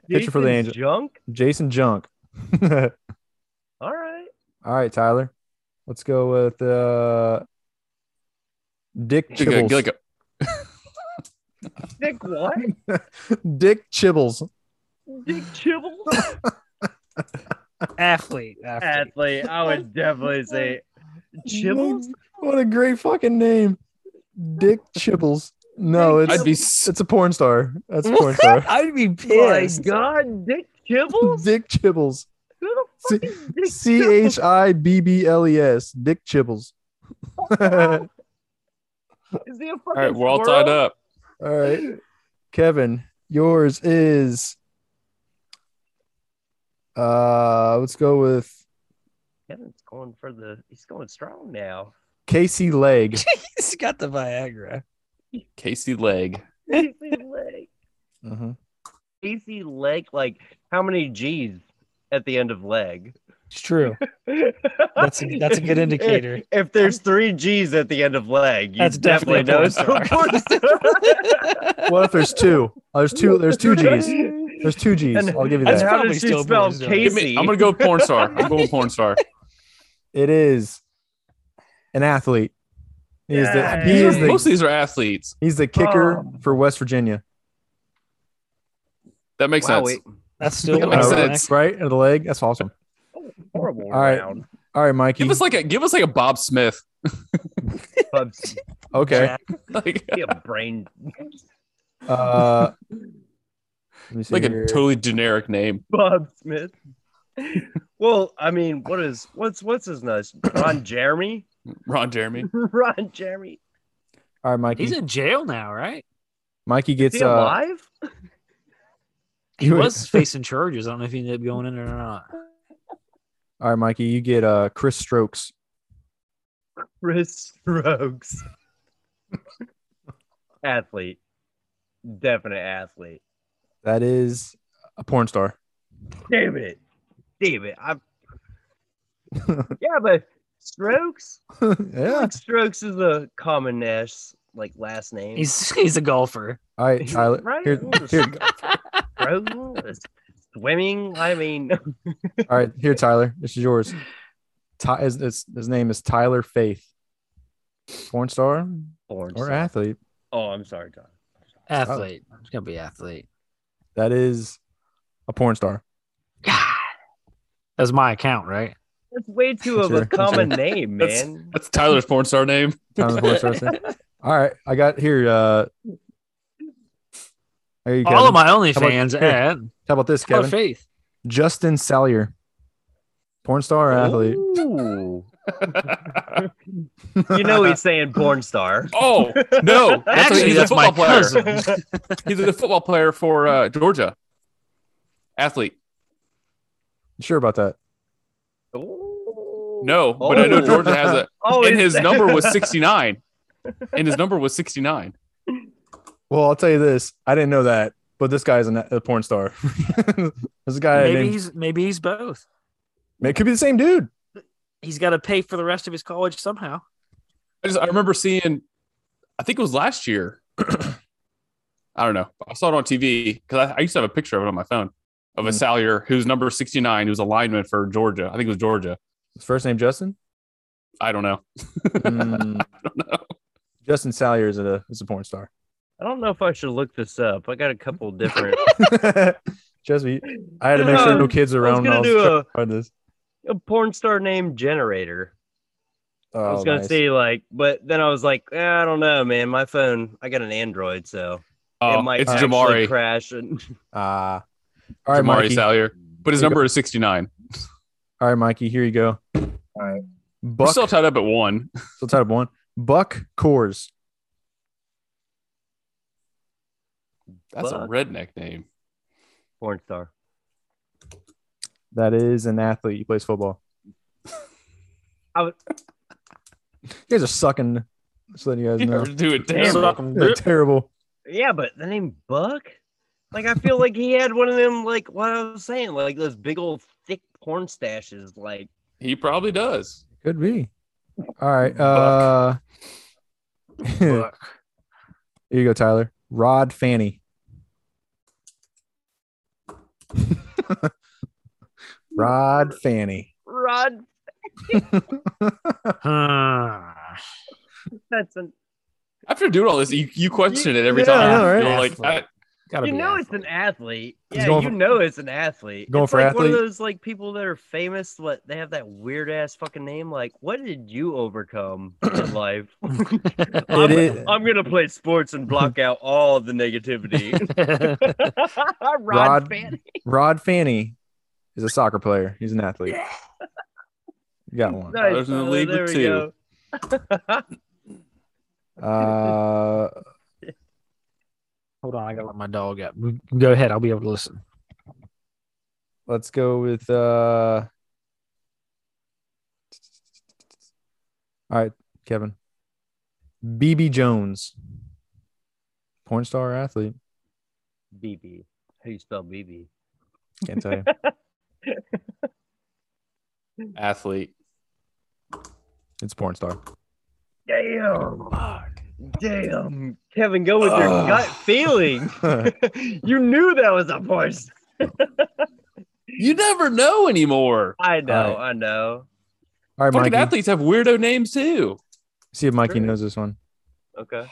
Picture for the Jason Angel- Junk. Jason Junk. <laughs> All All right. right, Tyler. Let's go with uh, Dick Like a, Chibbles. like a, Dick what? <laughs> Dick Chibbles. <laughs> Dick Chibbles? athlete, athlete. athlete. I would definitely <laughs> say Chibbles. Mm-hmm. What a great fucking name, Dick Chibbles. No, Dick it's I'd be. s- It's a porn star. That's a <laughs> porn star. I'd be My pissed. God, Dick Chibbles. Dick Chibbles. Who the C- fuck is <laughs> Dick C H I B B L E S. Dick Chibbles. <laughs> All Chibbles? Is he a fucking all right, we're all tied squirrel? up. right. Kevin, yours is uh let's go with Kevin's going for the. He's going strong now. Casey <laughs> Leg. He's got the Viagra. Casey Leg. Casey leg. Mhm. Casey leg. Like how many G's at the end of leg? It's true. That's a- that's a <laughs> good indicator. If, if there's three G's at the end of leg, you That's definitely definitely, know it's a a porn porn <laughs> star. <laughs> What if there's two? Oh, there's two there's two G's. There's two G's. I'll give you And that. how probably does she still spell porn star. Give Give Casey? me, I'm gonna go with porn <laughs> star. I'm going with porn star. It is an athlete. He is the he Yay. is Most of the these are athletes. he's the kicker for West Virginia. That makes Wow, sense. wait. That's still That makes Uh, sense. Right? Of the leg. That's awesome. horrible All right. round. All right, Mikey. Give us like a give us like a Bob Smith. <laughs> Pubs- okay. Like yeah, brain. <laughs> Uh, let me see like a here. totally generic name. Bob Smith. well, I mean, what is what's what's his nuts? Ron Jeremy? <laughs> Ron Jeremy. Ron Jeremy. All right, Mikey. He's in jail now, right? Mikey Is gets he uh, alive? He was facing charges. I don't know if he ended up going in there or not. All right, Mikey, you get uh Chris Strokes. Chris Strokes. <laughs> athlete. Definite athlete. That is a porn <laughs> star. Damn it. Damn it. <laughs> I'm yeah, but Strokes? yeah. Like Strokes is a common Nash like last name. He's he's a golfer. All right, Tyler. Right? Here, here, Strokes? Swimming? I mean <laughs> all right, here, Tyler. This is yours. Ty, his, his, his name is Tyler Faith. Porn star Orange. or athlete? Oh, I'm sorry, John. Athlete. It's gonna be athlete. Oh. That is a porn star. God. That's my account, right? That's way too of Sure, a common sure. name, That's- man. That's Tyler's porn star name. <laughs> Tyler's a porn star, so- all right, I got here. Uh, there you go. All of my How about- OnlyFans here, at How about this, Kevin. Kevin? Faith. Justin Salyer, porn star or athlete? Ooh. you know he's saying porn star. Oh no! That's Actually, he's that's a my football player. cousin. <laughs> He's a football player for uh, Georgia. Athlete. You sure about that? No, but I know Oh. Georgia has a. Oh, and he's- his number <laughs> was sixty nine. And his number was sixty nine. Well, I'll tell you this. I didn't know that, but this guy is an, a porn star. <laughs> this guy Maybe named, he's maybe he's both. it could be the same dude. He's got to pay for the rest of his college somehow. I just I remember seeing. I think it was last year. <clears throat> I don't know. I saw it on TV because I, I used to have a picture of it on my phone of a Mm. Salyer who's number sixty nine, who's a lineman for Georgia. I think it was Georgia. His first name Justin. I don't know. Mm, I don't know. Justin Salyer is a is a porn star. <laughs> I don't know if I should look this up. I got a <laughs> couple different. Trust me, I had to make sure no kids I was around. when gonna I was do a, trying this. a porn star name generator. Oh, I was gonna nice. say like, but then I was like, eh, I don't know, man. My phone, I got an Android, so <laughs> Oh, it might it's actually Jamari. crash. And <laughs> Ah, all right, Jamari Mikey. Salyer, but his There you number is sixty nine. all right, Mikey. Here you go. All right, We're Buck. still Still, tied up at one. <laughs> tied up one. Buck Coors. That's a Fuck. redneck name. porn star. That is an athlete. He plays football. I would- You guys are sucking. Just letting <laughs> you guys know. Do it, Damn. damn. They're terrible. Yeah, but the name Buck, like I feel like he had one of them, like what I was saying, like those big old thick porn stashes. Like He probably does. Could be. All right. Uh, <laughs> here Fuck. you go, Tyler. Rod Fanny. Rod Fanny. Rod, Huh. that's an After doing all this, you, you question it every Yeah, time. I know, right? You're like, I, Gotta you be know it's athlete. an athlete. He's Yeah, going you for- know it's an athlete. Going it's for like one of athlete? those like people that are famous, but they have that weird ass fucking name. Like, what did you overcome in life? <laughs> I'm, is- I'm gonna play sports and block out all the negativity. Rod, Rod- Fanning. Rod Fanny is a soccer player. He's an athlete. You got one. Nice, was in <laughs> the uh, league with there we two. go. Uh, Hold on, I gotta let my dog out. Go ahead, I'll be able to <laughs> listen. let's go with. Uh... All right, Kevin. BB Jones. Porn star or athlete. BB. How you spell BB? Can't tell you. athlete. It's porn star. Damn. Damn. Kevin, go with your gut feeling. <laughs> you knew that was a voice. You never know anymore. I know, right. Oh, I know. All right, Fucking Mikey. athletes have weirdo names too. See if Mikey Sure. knows this one. Okay.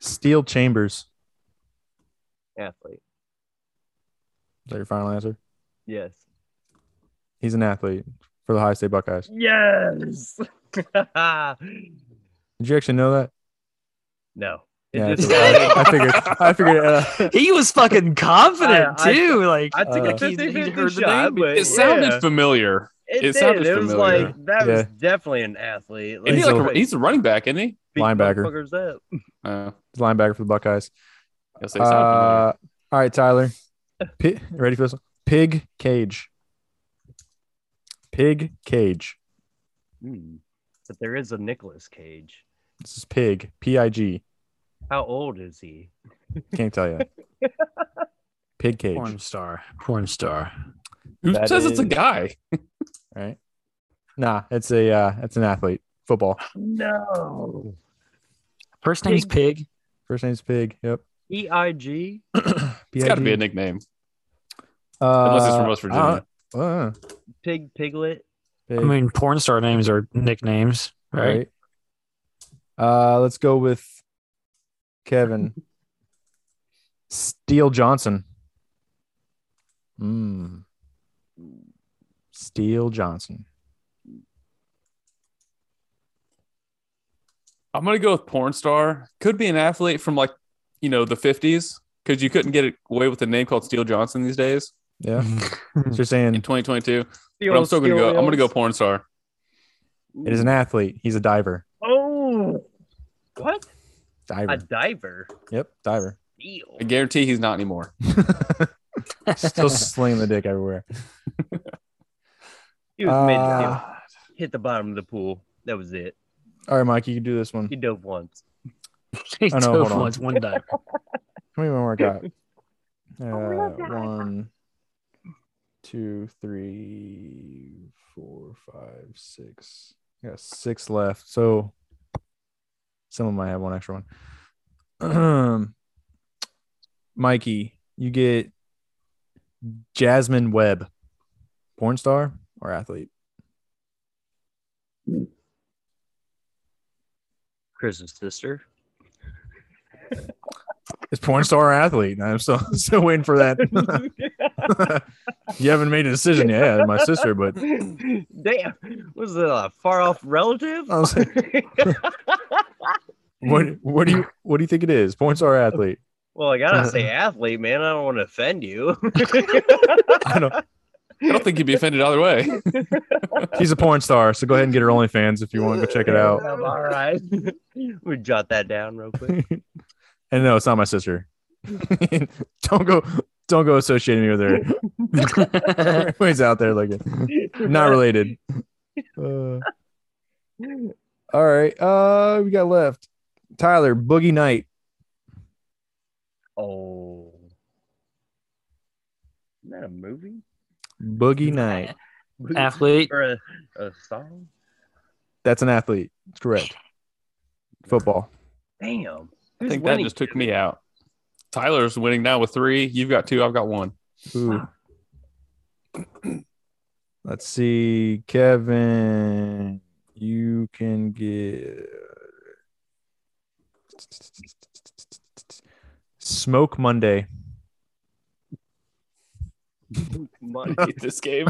Steel Chambers. Athlete. Is that your final answer? Yes. He's an athlete for the High State Buckeyes. Yes. <laughs> Did you actually know that? no. It Yeah, just, that's like, right. I figured. I figured. Uh, He was fucking confident I- I- too. like I took Uh, he- a he 50 heard the shot, name but It sounded yeah, familiar. it, it did. sounded it was familiar. like that Yeah. was definitely an athlete. And he's He's like a- a, he's a running back, isn't he? beat linebacker. motherfuckers up. Uh, linebacker for the Buckeyes. yes, they Uh, sound familiar. all right, <laughs> Tyler. Pi ready for this one? Pig cage. Pig cage. Hmm. But there is a Nicolas Cage. This is pig. P I G. How old is he? Can't tell <laughs> you. Pig cage. porn star, porn star. Who that says it's a is- guy? Right. Nah, it's a uh, it's an athlete. Football. No. First name's Pig. First name's Pig. Yep. E <clears throat> I G. It's got to be a nickname, Uh, unless it's from West I Virginia. don't- uh, Pig Piglet. I pig, mean, porn star names are nicknames, right? right. Uh, let's go with Kevin Steele Johnson. Hmm. Steele Johnson. I'm gonna go with porn star. Could be an athlete from like you know the 50s, because you couldn't get away with a name called Steel Johnson these days Yeah. so you're in saying 2022. But I'm still gonna go. I'm gonna go porn star. it is an athlete. He's a diver. Oh. What? Diver. Oh, <laughs> A diver. <laughs> yep. Diver. Deal. I guarantee he's not anymore. Still slinging the dick everywhere. He was made to Uh, deal. hit the bottom of the pool. That was it. All right, Mike, you can do this one. He dove once. <laughs> He Oh, no, dove hold on. once, one diver. How many more I got? Uh, love that. one, two, three, four, five, six. I got six left. So someone might have one extra one. <clears throat> Mikey, you get Jasmine Webb, porn star or athlete? Chris's sister. It's porn star or athlete. I'm <laughs> still still waiting for that. you haven't made a decision yet. Yeah, my sister, but <laughs> Damn. Was it a far off relative? I was like, <laughs> what what do you what do you think it is? Porn star or athlete? well, I <laughs> gotta say athlete, man. I don't want to offend you. <laughs> I don't, I don't think you'd be offended <laughs> either way. she's a porn star, so go ahead and get her OnlyFans if you want to go check it out. Um, <laughs> all right. we jot that down real quick. <laughs> And no, it's not my sister. <laughs> don't go, don't go associating me with her. <laughs> <laughs> Everybody's out there like not <laughs> related. Uh, all right, uh, we got left. Tyler Boogie Knight. Oh. Isn't that a movie? Boogie Knight. Athlete. Or a, a song? That's an athlete. That's correct. Football. Damn. I Who's think that winning? just took me out. Tyler's winning now with three. You've got two. I've got one. Ooh. Let's see, Kevin. You can get Smoke Monday. <laughs> Money. Hate this game.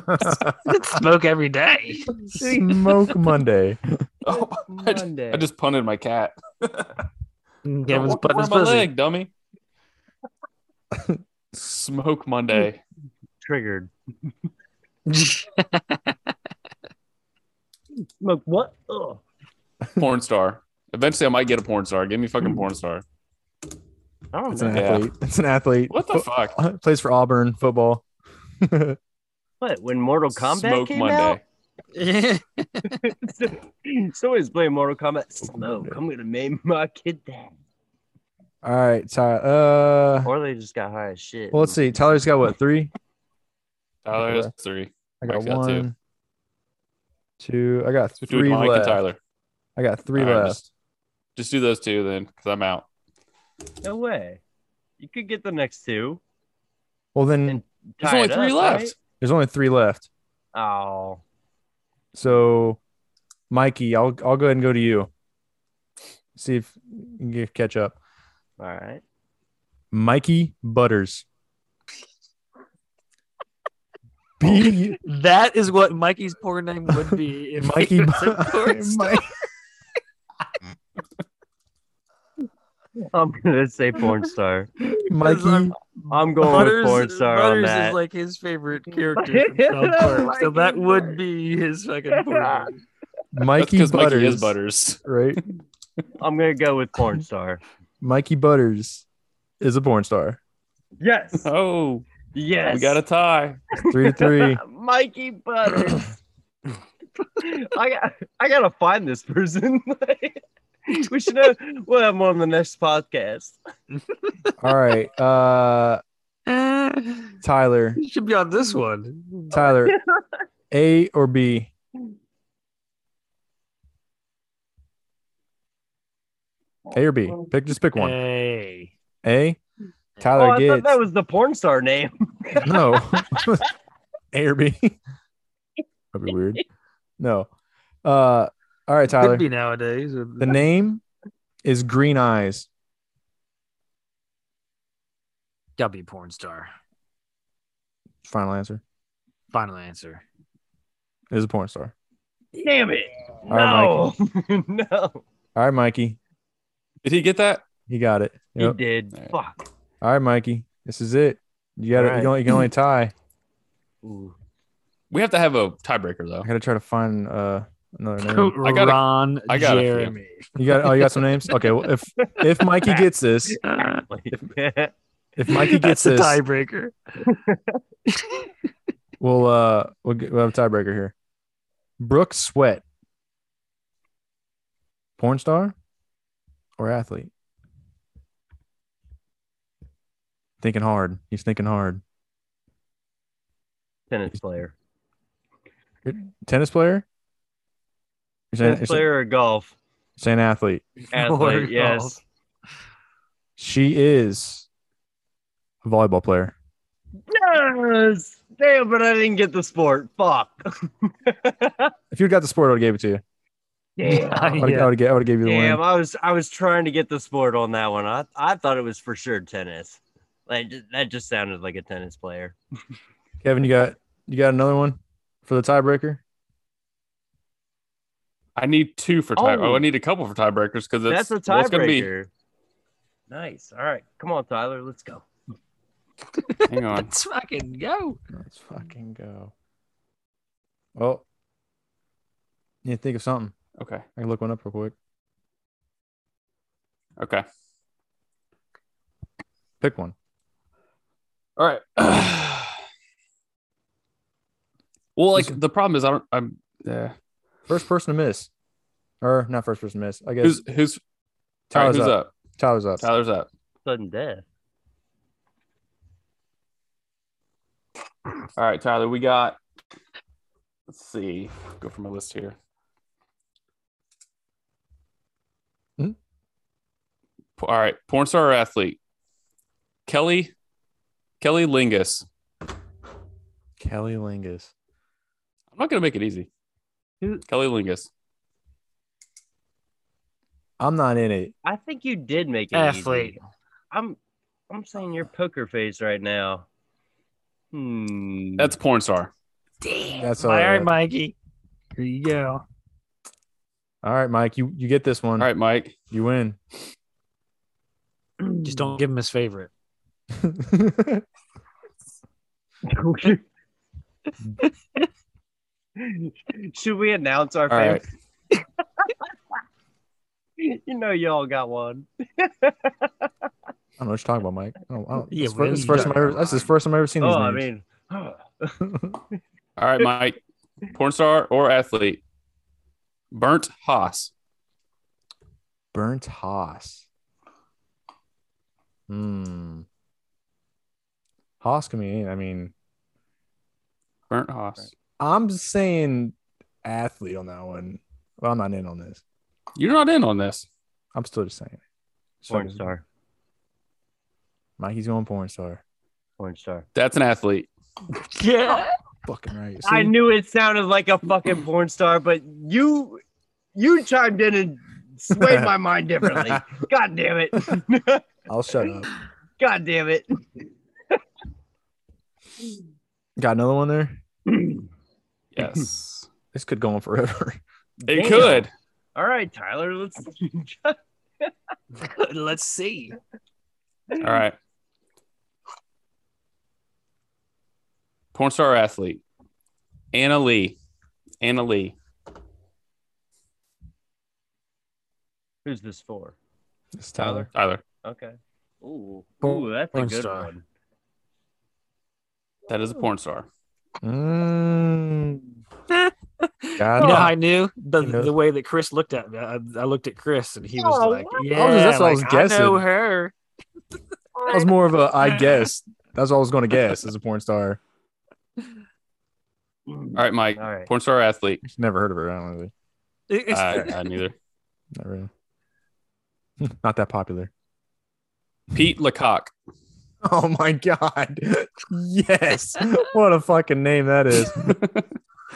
<laughs> Smoke every <laughs> day. Smoke <laughs> Monday. Oh, I, just, Monday. I just punted my cat. Kevin's Don't putting wear his my pussy. leg, <laughs> dummy. Smoke Monday. triggered. Smoke what? Ugh. Porn star. Eventually, I might get a porn star. Give me fucking porn star. I don't It's know. an Yeah. athlete. It's an athlete. What <laughs> the fuck? Fo- Plays for Auburn football. What? When Mortal Kombat Smoke came Monday. <laughs> out, somebody's playing Mortal Kombat. Smoke. I'm gonna name my kid that. All right, Tyler. Uh, well, Or they just got high as shit. let's see. Tyler's got what? Three. Tyler has three. I got Mike's got two. one, two. I got Between three Mike and left. Tyler. I got three All right, left. just, just do those two then, because I'm out. No way. You could get the next two. Well, then And- There's Tie only it three up, left. right? there's only three left. Oh, So, Mikey, I'll I'll go ahead and go to you. See if you can get- catch up. all right. Mikey <laughs> Butters. Oh, B That is what Mikey's porn name would be if Mikey <laughs> he <laughs> was a porn Bu- star. Mike- Oh, <laughs> I'm gonna say porn star. Mikey, I'm going Butters, with porn star on Butters that. is like his <laughs> favorite character from South Park, so that would be his <laughs> fucking porn. That's Mikey because Butters, Mikey is Butters. <laughs> right? I'm gonna go with porn star. Mikey Butters is a porn star. <laughs> Yes. Oh, Yes. Uh, we got a tie. Three to <laughs> three. Mikey <laughs> Butters. I got, I gotta find this person. we should know. We'll have him on the next podcast. All right, uh, Tyler, You should be on this <laughs> one. <laughs> Tyler, <laughs> A or B? A or B? Pick just pick one. Hey. A. Oh, Tyler I gets thought that was the porn star name. <laughs> <laughs> no. A or B? That'd be weird. No. Uh, all right, Tyler. Could be nowadays. with- The name is Green Eyes. Gotta be porn star. Final answer. Final answer. It is a porn star. Damn it! No, right, no, All right, Mikey. Did he get that? He got it. he Yep. did. Fuck. All right, Mikey. This is it. You got All to right. You, only- you can only tie. Ooh. We have to have a tiebreaker though. I got to try to find uh another name. I got a- Ron I got a few. Jeremy. <laughs> You got oh, you got some names. Okay, well, if if Mikey gets this, <laughs> if Mikey That's gets the this, tiebreaker. we'll uh we'll, get, we'll have a tiebreaker here. Brooke Sweat, porn star or athlete? Thinking hard. He's thinking hard. Tennis player. Tennis player. You're saying, Tennis player or <laughs> golf? You're saying athlete. Or Athlete. Yes. golf. She is a volleyball player. Yes. Damn, but I didn't get the sport. Fuck. If you got the sport, I would have gave it to you. Damn. I would Yeah. have I would have gave you the Damn, win. I was I was trying to get the sport on that one. I I thought it was for sure tennis. Like ju- that just sounded like a tennis player. Kevin, you got you got another one for the tiebreaker. I need two for tie. Oh. Oh, I need a couple for tiebreakers because That's, it's a well, it's gonna be- tiebreaker. Nice. All right, come on, Tyler. Let's go. Hang <laughs> on. Let's fucking go. Let's fucking go. Well, you think of something. Okay. I can look one up real quick. Okay. Pick one. All right. <sighs> well, Who's- like the problem is I don't. I'm. Yeah. First person to miss, or not first person to miss. I guess Who's who's? all right, Tyler's who's up. up. Tyler's up. Tyler's up. Sudden death. All right, Tyler. We got. Let's see. Go for my list here. Hmm? Po- All right, porn star or athlete? Kelly. Kelly Lingus. Kelly Lingus. I'm not gonna make it easy. Who- Kelly Lingus. I'm not in it. I think you did make it. easy. Athlete. I'm I'm saying your poker face right now. Hmm. That's porn star. Damn. That's all all right, right. Mikey. Here you go. All right, Mike, you you get this one. All right, Mike. You win. Just don't give him his favorite. Should we announce our All right. favorite? You know, y'all got one. I don't know what you're talking about, Mike. I don't, I don't, Yeah, this what fir- this is first that? time I ever, that's the first time I've ever seen Oh, these I names. mean, All right, Mike. porn star or athlete? Burnt Haas. Burnt Haas. Hmm. Haas can be. I mean, Burnt Haas. I'm saying athlete on that one, but I'm not in on this. You're not in on this. I'm still just saying. it. So- porn star. Mikey's going porn star. Porn star. That's an athlete. Yeah. Fucking right. I See? knew it sounded like a fucking porn star, but you you chimed in and swayed my mind <laughs> differently. God damn it. I'll shut up. God damn it. Got another one there. Yes. <laughs> This could go on forever. <laughs> It Damn. could. All right, Tyler, let's <laughs> Let's see. All right. Porn star athlete. Anna Lee. Anna Lee. Who's this for? It's Tyler. Tyler. Okay. Ooh, Porn- Ooh that's a porn good star. one. That is a porn star. Mm. Got You know, how it. I knew the, You know. the way that Chris looked at me. I, I looked at Chris and he was Oh, like, what? "Yeah, that's what I like, was know guessing. her." That was more of a I guess. That's what I was going to guess as a porn star. All right, Mike. All right. Porn <laughs> star athlete. I've never heard of her. I don't really. I, I neither. Not <laughs> really. Not that popular. Pete Lecoq. <laughs> Oh my god. <laughs> <laughs> Yes. what a fucking name that <laughs> is.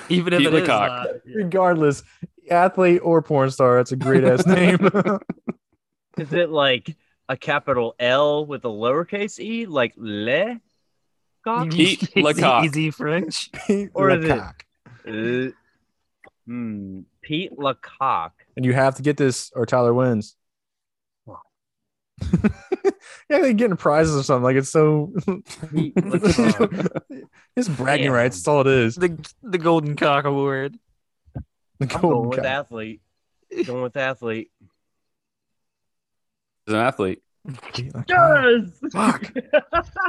Even if Pete it is uh, Lecoq. not, yeah. Regardless, athlete or porn star, that's a great ass <laughs> name. <laughs> Is it like a capital L with a lowercase e, like le? Cock? Pete Easy- Lecoq. Easy French. Or is it- Lecoq. Uh, hmm. Pete Lecoq. And you have to get this, or Tyler wins. <laughs> yeah, they're getting prizes or something. Like it's so. Pete Lecoq. <laughs> it's bragging Damn. rights. That's all it is. The the Golden Cock Award. The I'm golden <laughs> going with cock. athlete. Going with athlete. Is an athlete. Pete Lecoq. Yes. <laughs> Fuck.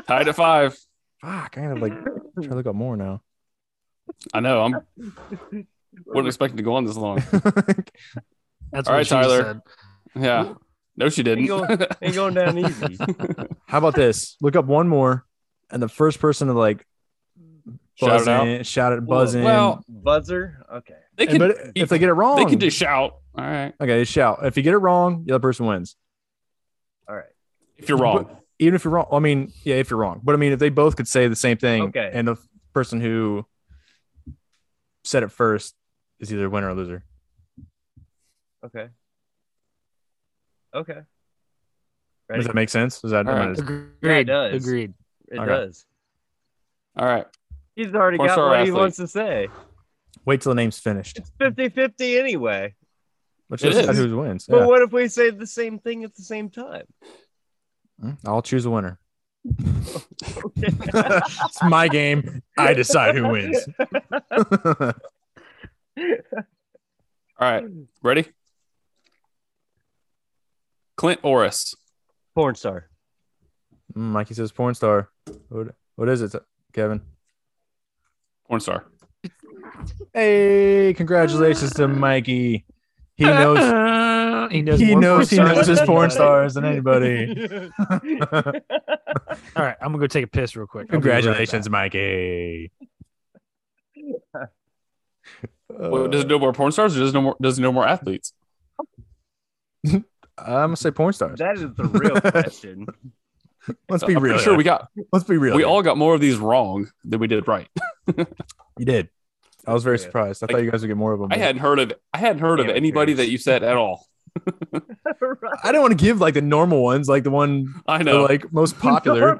Tied at five. Fuck. I gotta like try to look up more now. <laughs> I know. <laughs> I'm wasn't expecting to go on this long. That's what All right, she Tyler. said. Yeah. No, she didn't. Go- Ain't going down <laughs> easy. How about this? Look up one more, and the first person to like Shout buzz it out. in, shout it, buzz in. Well, Buzzer. Okay. they And- can. but if they get it wrong, they can just shout. All right. okay, they shout. If you get it wrong, the other person wins. All right. If you're wrong, Even if you're wrong, I mean, yeah, if you're wrong, but I mean, if they both could say the same thing, Okay. and the person who said it first is either winner or loser. Okay. Okay. Ready? Does that make sense? Does that? All right. Agreed. does. Agreed. It Okay. does. all right. He's already Porn got star what he athlete. wants to say. Wait till the name's finished. It's 50 50 anyway. Which It is, is. who wins. But Yeah. what if we say the same thing at the same time? Mm, I'll choose a <laughs> winner. <laughs> it's my game. I decide who <laughs> wins. All right. Ready? Clint Orris. Porn star. Mm, Mikey says porn star. What, what is it, Kevin? Porn star. Hey, congratulations to Mikey. <laughs> He knows Uh, <laughs> he knows. he more knows he porn stars knows his than porn anybody. stars than anybody. All right, I'm gonna go take a piss real quick. I'll be right back. <laughs> Congratulations, <laughs> Mikey. Well, does Uh, it no more porn stars or does it no more does it no more athletes? Uh, I'm gonna say porn stars. <laughs> that is the <laughs> real question. <laughs> Let's be I'm real. pretty sure we got Let's be real. we here. all got more of these wrong than we did right. you did. I was very Yeah. surprised. I Like, thought you guys would get more of them. I hadn't heard of I hadn't heard of Amateurs. anybody that you said at all. <laughs> I don't want to give like the normal ones, like the one I the, know. like <laughs> most popular.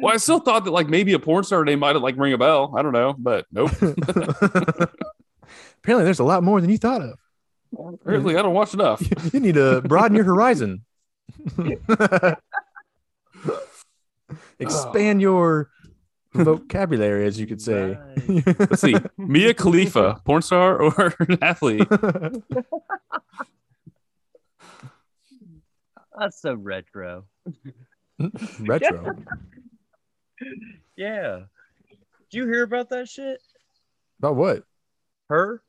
well, I still thought that like maybe a porn star name might like ring a bell. I don't know, but <laughs> nope. <laughs> Apparently, there's a lot more than you thought of. Apparently, I don't watch <laughs> enough. You- you need to broaden your horizon. Expand your vocabulary, as you could say. Let's see, Mia Khalifa, porn star or <laughs> an athlete? That's so retro. <laughs> Retro. Yeah. Did you hear about that shit? About what? Her?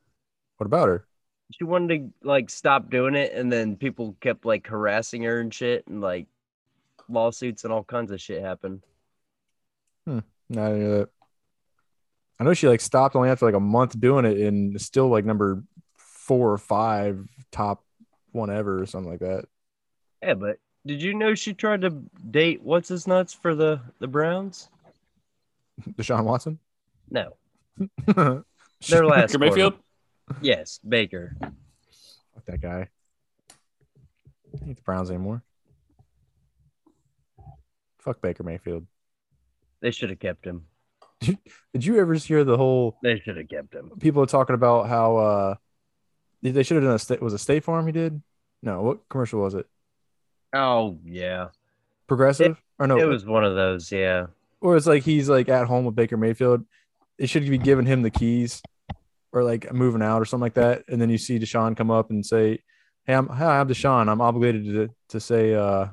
What about her? She wanted to like <laughs> stop doing it, and then people kept like harassing her and shit, and like lawsuits and all kinds of shit happened. No, I didn't know that. I know she like stopped only after like a month doing it and is still like number four or five top one ever or something like that. Yeah, but did you know she tried to date what's his nuts for the the Browns? Deshaun Watson. <laughs> No, their They're last <laughs> Baker Mayfield. quarter- Yes, Baker. Fuck that guy. I hate the Browns anymore. Fuck Baker Mayfield. They should have kept him. Did you ever hear the whole They should have kept him. people are talking about how uh They- They should have done a state. Was it State Farm he did? No. What commercial was it? Oh yeah, Progressive or no? it was one of those. Yeah, or it's like he's like at home with Baker Mayfield. They should be giving him the keys or like moving out or something like that. And then you see Deshaun come up and say, Hey, I'm hi, I'm Deshaun. I'm obligated to to say uh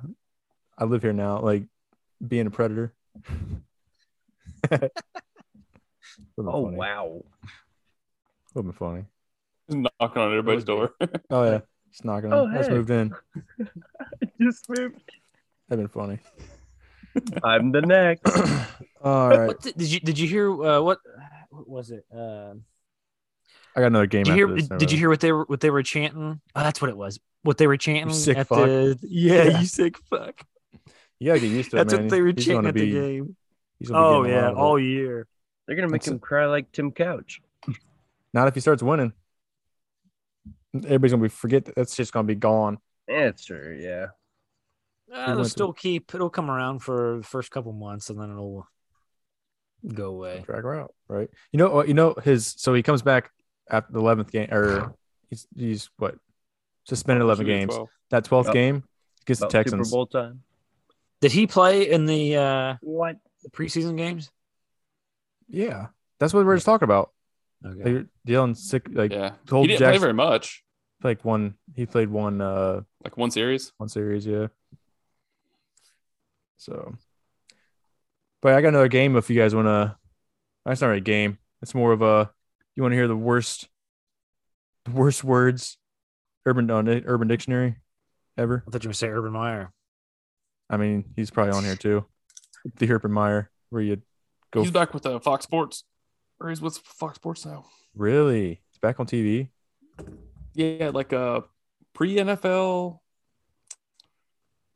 I live here now, like being a predator. <laughs> Oh wow. Would have been funny. Just knocking on everybody's door. Oh yeah. Just knocking on. Oh, I just hey. moved in. Just moved. That'd been funny. I'm the <laughs> next. All right. What did, did you did you hear uh, what what was it? Um I got another game Did you after hear? this. Did you hear what they were what they were chanting? Oh, that's what it was. What they were chanting sick at fuck. the yeah, Yeah. you sick fuck. You gotta get used to it. That's man. what they were He's chanting gonna at be- the game. he's gonna be Oh getting a yeah, lot of it. all year. They're gonna make That's him cry like Tim Couch. Not if he starts winning. Everybody's gonna be forget that. That's just gonna be gone. That's true. Yeah. Uh, He it'll went to- still keep. It'll come around for the first couple months, and then it'll go away. Drag her out, right? You know, uh, you know his. So he comes back after the eleventh game, or he's he's what suspended eleven games. <laughs> Well, That twelfth Yep. game against the About Texans. Super Bowl time. Did he play in the uh What? the preseason games? Yeah, that's what we are just talking about. Okay. They're dealing sick. Like Yeah. told he didn't play Jackson- very much. like one. He played one uh Like one series. one series, yeah. So, but I got another game if you guys want to. It's not really a game. It's more of a. You want to hear the worst, the worst words, urban on it- Urban Dictionary, ever. I thought you were gonna say Urban Meyer. I mean, he's probably on here too. The Urban Meyer, where you go. He's back with uh, Fox Sports. Or he's with Fox Sports now. Really, it's back on TV. Yeah, like uh, a pre NFL.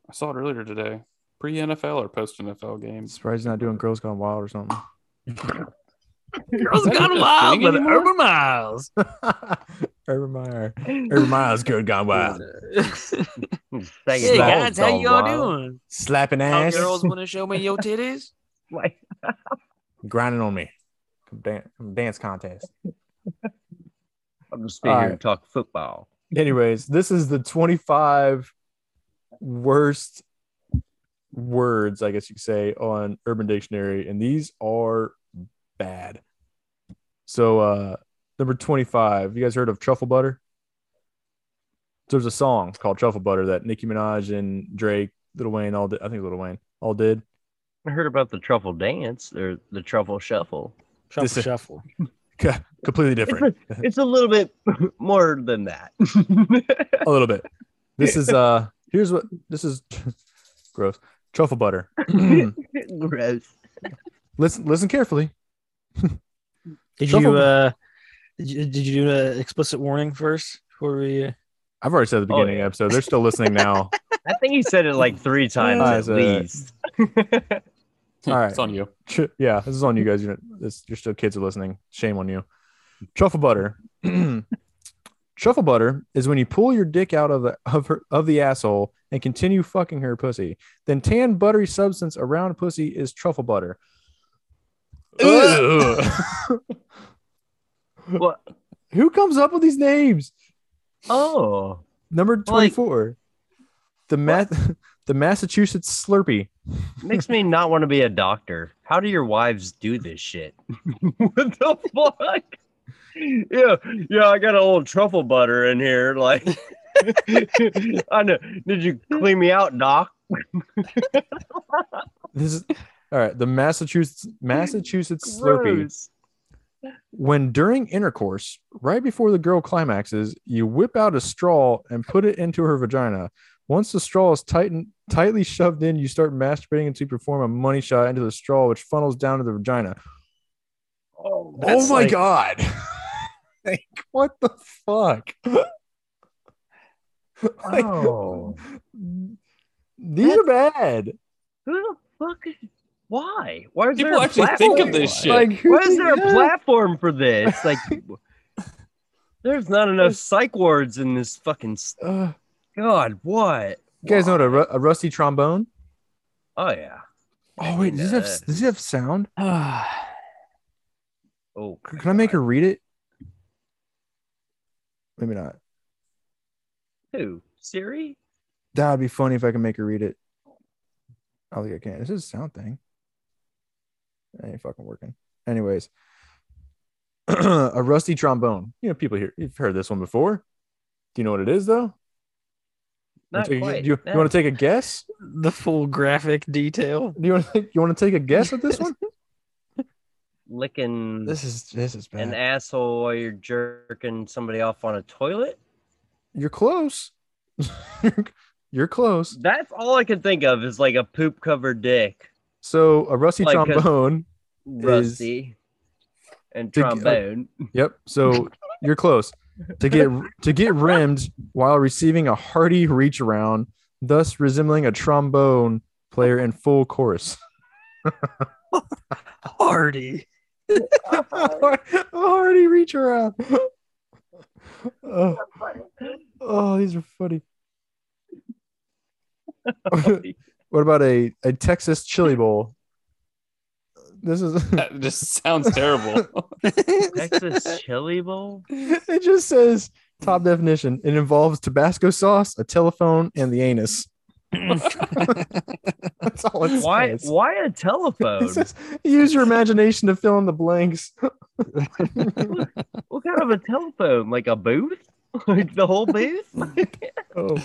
I saw it earlier today. Pre NFL or post NFL I'm games. surprised he's not doing Girls Gone Wild or something. Girls that even gone a wild thing with anymore? <laughs> Urban Miles. <laughs> Urban Meyer, Urban Meyer's Girls <laughs> Gone Wild, Say hey it loud, guys, how dog y'all wild. doing? slapping Y'all ass, girls want to show me your titties? Like, grinding on me. Come dan- come dance contest. I'm just being here Alright. to talk football. Anyways, this is the 25 worst words, I guess you could say, on Urban Dictionary, and these are bad. So, uh, number 25, you guys heard of truffle butter? There's a song called Truffle Butter that Nicki Minaj and Drake, Little Wayne, all did. I think Little Wayne, all did. <laughs> I heard about the truffle dance or the truffle shuffle. <laughs> Shuffle, This is- shuffle. Completely different, It's a little bit <laughs> more than that. a little bit. This is, uh, here's what this is <laughs> gross truffle butter. <clears throat> Gross. listen, listen carefully. Did Shuffle. you uh did you, did you do an explicit warning first before we uh, I've already said at the Oh, beginning of the episode. They're still listening now. I think he said it like <laughs> three times Guys, <laughs> at uh, least. All right. It's on you. Tr- yeah, this is on you guys. You're, this, you're still kids are listening. Shame on you. Truffle butter. <clears throat> Truffle butter is when you pull your dick out of the of her of the asshole and continue fucking her pussy. Then tan buttery substance around pussy is truffle butter. <laughs> Ugh. What? Who comes up with these names? Oh, Number Like- twenty-four. the math. <laughs> The Massachusetts Slurpee. makes me not want to be a doctor. How do your wives do this <laughs> shit? what the fuck? Yeah, yeah, I got a little truffle butter in here. Like, <laughs> I know. Did you clean me out, doc? This is all right. The Massachusetts Massachusetts Slurpee. Gross. When during intercourse, right before the girl climaxes, you whip out a straw and put it into her vagina. Once the straw is tightened, tightly shoved in, you start masturbating until you perform a money shot into the straw, which funnels down to the vagina. Oh, That's oh my like- god! <laughs> like what the fuck? <laughs> Like, wow. These are bad. Who the fuck? Why? Why is People there a actually platform? think of this shit. Oh Like, who Why is there a yeah. platform for this? <laughs> Like, there's not enough psych words in this fucking. s- Uh, God, what? you guys know what a, ru- a rusty trombone? Oh yeah. Oh wait, does it Yeah. have does it have sound? Oh, Can I make her read it? Maybe not. Who? Siri? That would be funny if I can make her read it. I don't think I can. This is a sound thing. That ain't fucking working. Anyways, <clears throat> a rusty trombone. You know, people here, you've heard this one before. Do you know what it is, though? Wanna Not take a- quite. do you, no. want to take a guess? The full graphic detail. Do you want to <laughs> you want to take a guess at <laughs> this one? licking this is this is bad. an asshole while you're jerking somebody off on a toilet? You're close. <laughs> You're close. That's all I can think of is like a poop covered dick, So a rusty Like a- trombone. rusty, and To- uh, <laughs> trombone. Yep. So you're close to get to get rimmed while receiving a hearty reach around, thus resembling a trombone player in full chorus. <laughs> <laughs> Hardy. a hearty reach around. oh, oh, these are funny. <laughs> what about a, a Texas chili bowl? This is <laughs> That just sounds <laughs> terrible. <laughs> Texas chili bowl. it just says top definition. It involves Tabasco sauce, a telephone, and the <laughs> anus. That's all it Why? says. Why a telephone? It <laughs> says, Use your imagination to fill in the blanks. what kind of a telephone? Like a booth? <laughs> Like the whole booth? Oh,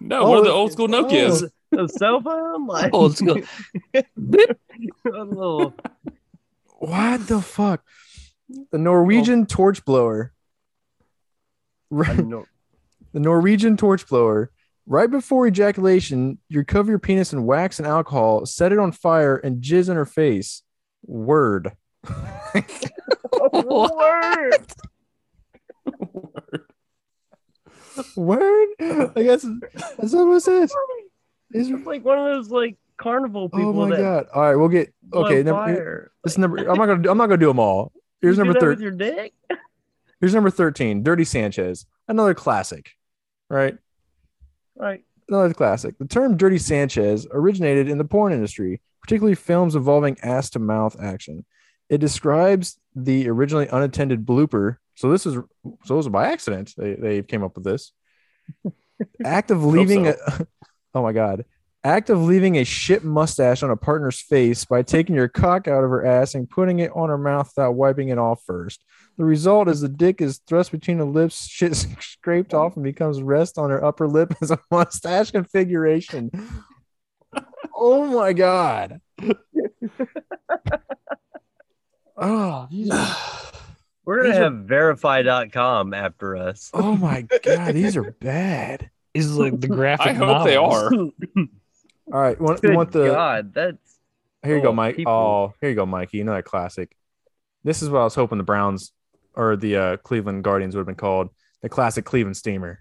no, one of the old school Oh, Nokias. a cell phone? Like Oh, Oh, <laughs> Old school. a little what the fuck? The Norwegian torch blower. I Right, don't know. the Norwegian torch blower. Right before ejaculation, you cover your penis in wax and alcohol, set it on fire, and jizz in her face. Word. Oh, Word. Word? I guess that's what it says. These are- It's like one of those like carnival oh <laughs> people my that god! All right, we'll get blow okay. Number, fire. this number. I'm not gonna. I'm not gonna do them all. Here's You do number that with thirteen. Your dick. Here's number thirteen. Dirty Sanchez, another classic, right? Right. Another classic. The term "dirty Sanchez" originated in the porn industry, particularly films involving ass-to-mouth action. It describes the originally unattended blooper. So this is so it was by accident they they came up with this. Act of leaving. so. A, <laughs> oh my god. Act of leaving a shit mustache on a partner's face by taking your cock out of her ass and putting it on her mouth without wiping it off first. The result is the dick is thrust between the lips, <laughs> shit is scraped off, and becomes rest on her upper lip as a <laughs> mustache configuration. oh my <laughs> god. oh, <sighs> <sighs> these are- We're gonna These are- have verify.com after us. oh my god, these are bad. Is like the graphic. I hope they novels. are. All right, you want, you Good want the God, that's Here you go, Oh, Mike. people. Oh, here you go, Mikey. Another classic. This is what I was hoping the Browns or the uh, Cleveland Guardians would have been called the classic Cleveland steamer.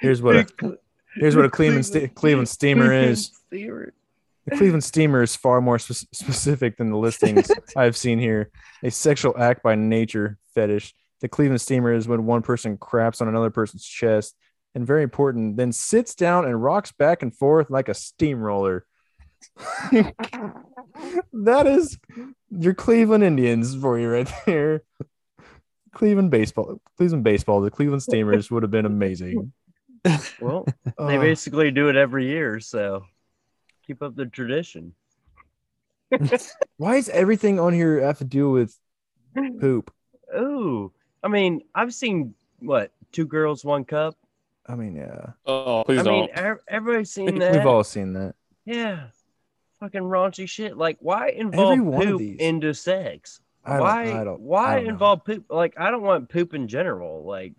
Here's what a, <laughs> here's what a Cleveland ste- Cleveland steamer is. Steamer. The Cleveland steamer is far more spe- specific than the listings I've seen here. A sexual act by nature fetish. The Cleveland steamer is when one person craps on another person's chest, and very important, then sits down and rocks back and forth like a steamroller. <laughs> that is your Cleveland Indians for you right there. Cleveland baseball, Cleveland baseball. The Cleveland steamers would have been amazing. Well, they Oh, basically do it every year, so keep up the tradition. why is everything on here have to do with poop? Ooh, I mean, I've seen what two girls, one cup. I mean, yeah. <laughs> Oh, please I mean, don't. ev- everybody's seen that. We've all seen that. yeah, fucking raunchy shit. Like, why involve Every one of poop these. into sex? I don't, why? I don't, why I don't know. involve poop? Like, I don't want poop in general. Like,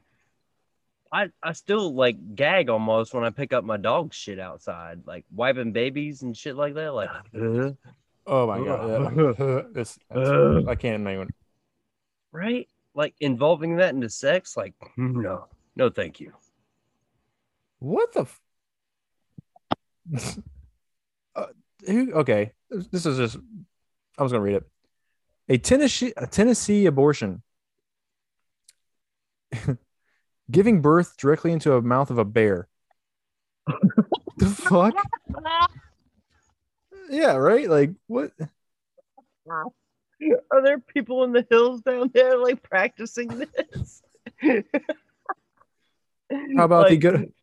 I I still like gag almost when I pick up my dog's shit outside, like wiping babies and shit like that. Like, ugh. Oh my god! <laughs> yeah. <laughs> This- that's- I can't even. right? Like involving that into sex? Like, <laughs> no, no, thank you. <laughs> What the? F- <laughs> uh, who? Okay, this is just. I was gonna read it. A Tennessee, a Tennessee abortion. <laughs> Giving birth directly into a mouth of a bear. <laughs> the fuck? <laughs> Yeah, right. Like what? Are there people in the hills down there like practicing this? How about the Like- good?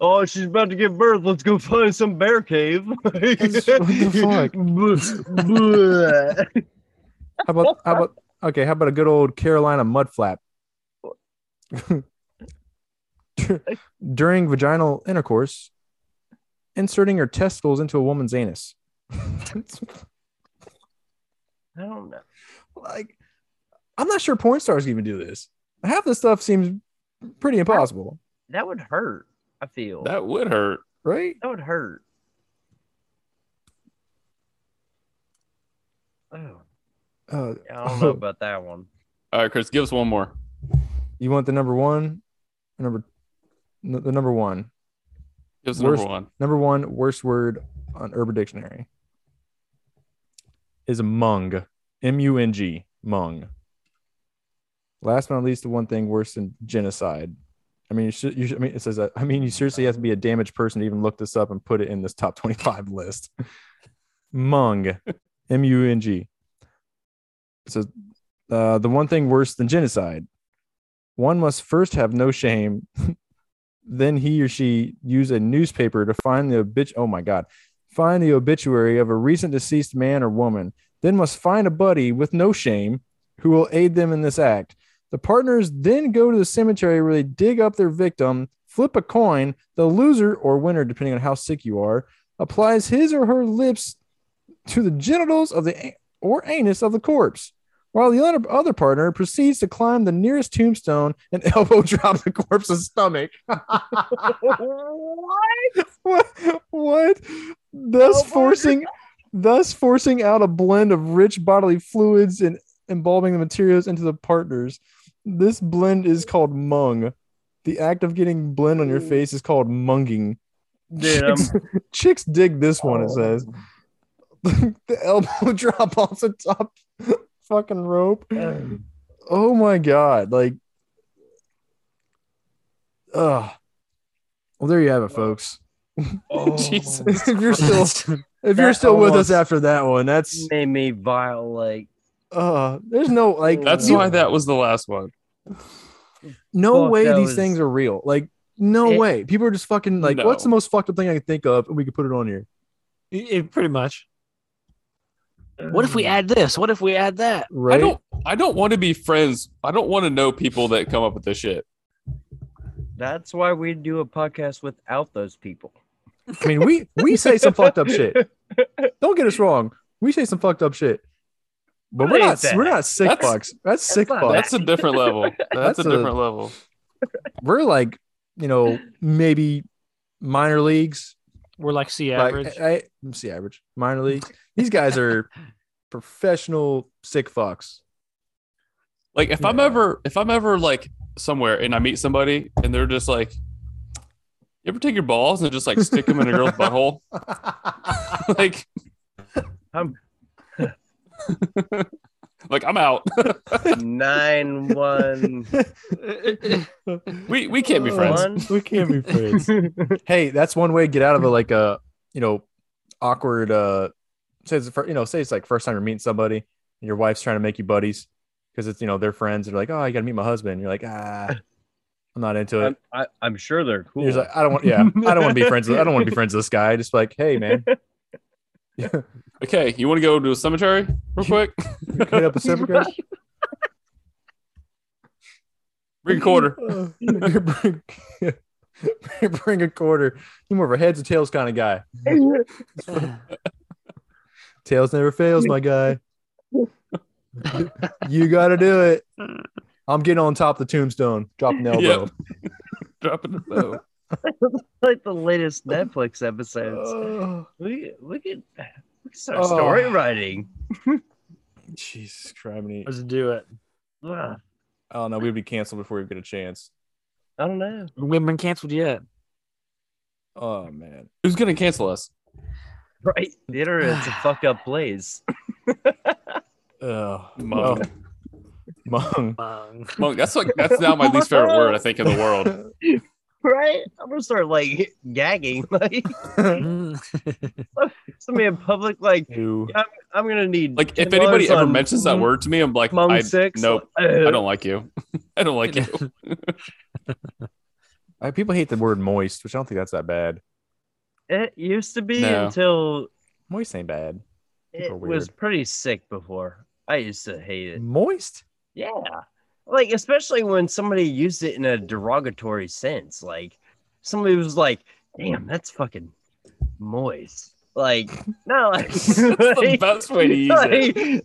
oh, she's about to give birth. Let's go find some bear cave. what the fuck? <laughs> How about how about okay? How about a good old Carolina mud flap? <laughs> During vaginal intercourse, inserting your testicles into a woman's anus. <laughs> I don't know. like, I'm not sure porn stars can even do this. Half the stuff seems pretty impossible, That would hurt. I feel that, That would hurt. right? would hurt. Oh, Uh, I don't <laughs> know about that one. All right, Chris, give us one more. you want the number one, or number n- the number one, Give us Worst- number <laughs> one. number one worst word on Urban Dictionary is mung, M U N G, mung. Last but not least, the one thing worse than genocide. I mean, you should, you should, I mean, it says that. I mean, you seriously have to be a damaged person to even look this up and put it in this top 25 <laughs> list. Mung, M U N G. It says uh, the one thing worse than genocide. One must first have no shame then he or she use a newspaper to find the obit oh my god find the obituary of a recent deceased man or woman then must find a buddy with no shame who will aid them in this act the partners then go to the cemetery where they dig up their victim flip a coin the loser or winner depending on how sick you are applies his or her lips to the genitals of the a- or anus of the corpse while the other- other partner proceeds to climb the nearest tombstone and <laughs> elbow drop the corpse's stomach <laughs> what? what? What? Thus Oh, my forcing, thus forcing out a blend of rich bodily fluids and embalming the materials into the partners. This blend is called mung. The act of getting blend on your Ooh. face is called munging. Dude, I'm- chicks, chicks dig this one. It says <laughs> the elbow <laughs> drop off the top fucking rope. Oh my god! Like, ugh. Well, there you have it, folks. Oh, <laughs> <laughs> Jesus. if you're still if you're That still with us almost- after that one, that's made me vile. Like uh there's no like That's you- why that was the last one. no fuck, way that these was- things are real. Like no It- way. People are just fucking like, what's the No. most fucked up thing I can think of, and we could put it on here. <laughs> It, it- pretty much. What if we add this? What if we add that? Right? I don't. I don't want to be friends. I don't want to know people that come up with this shit. That's why we do a podcast without those <laughs> people. I mean, we we say some fucked up shit. Don't get us wrong. We say some fucked up shit. But It we're ain't not that. we're not sick That's- fucks. That's sick not fucks. That's a different level. <laughs> That's That's, a a- different level. We're like, you know, maybe minor leagues. We're like uh, C like, average. I, I, let's see average minor leagues. These guys are professional sick fucks. <laughs> Like if I'm Yeah. ever if I'm ever like somewhere and I meet somebody and they're just like, you ever take your balls and just like stick them in <laughs> a girl's butthole? <laughs> like I'm- <laughs> like I'm out. <laughs> Nine one. We we can't be Uh, friends. One. we can't be friends. hey, that's one way to get out of a like a you know awkward uh say it's the fir- you know say it's like first time you're meeting somebody and your wife's trying to make you buddies because it's you know their friends and they're like oh you got to meet my husband and you're like ah I'm not into it. <laughs> I'm, I, I'm sure they're cool. You're just like I don't want yeah I don't want to be friends with I don't want to be friends with this guy. Just like hey man <laughs> Okay, you want to go to a cemetery real quick? hit up a separate guy. Bring <laughs> a quarter. <laughs> bring, <laughs> bring a quarter. You're more of a heads or tails kind of guy. Tails never fails, my <laughs> guy. you got to do it. I'm getting on top of the tombstone, <laughs> dropping the elbow. Drop it in the bow. like the latest Netflix episodes. Oh, look, at- look at look at our Oh. story writing. <sighs> Jesus Christ. Let's do it. Ugh, I don't know. We'd be canceled before Oh, we get a chance. I don't know. We haven't been canceled yet. Oh, man. Who's gonna cancel us? Right, the internet's a fuck up place. Oh, Mung. Mung. Bung. Monk, that's like that's now my least favorite word I think in the world. Right, I'm gonna start like gagging. <laughs> <laughs> Like Mm. somebody in public, like Ew. I'm gonna need Like if $10 anybody ever on mentions that m- word to me, I'm like, Mung I, six. <laughs> nope, Uh, I don't like you. I don't like you. I, people hate the word moist, which I don't think that's that bad. It used to be <laughs> No. until <laughs> Moist ain't bad. it are was weird. pretty sick before. I used to hate it. Moist? Yeah. Like, especially when somebody used it in a derogatory sense. Like, somebody was like, damn, that's fucking moist. Like, no, <laughs> like, That's the best way to use it.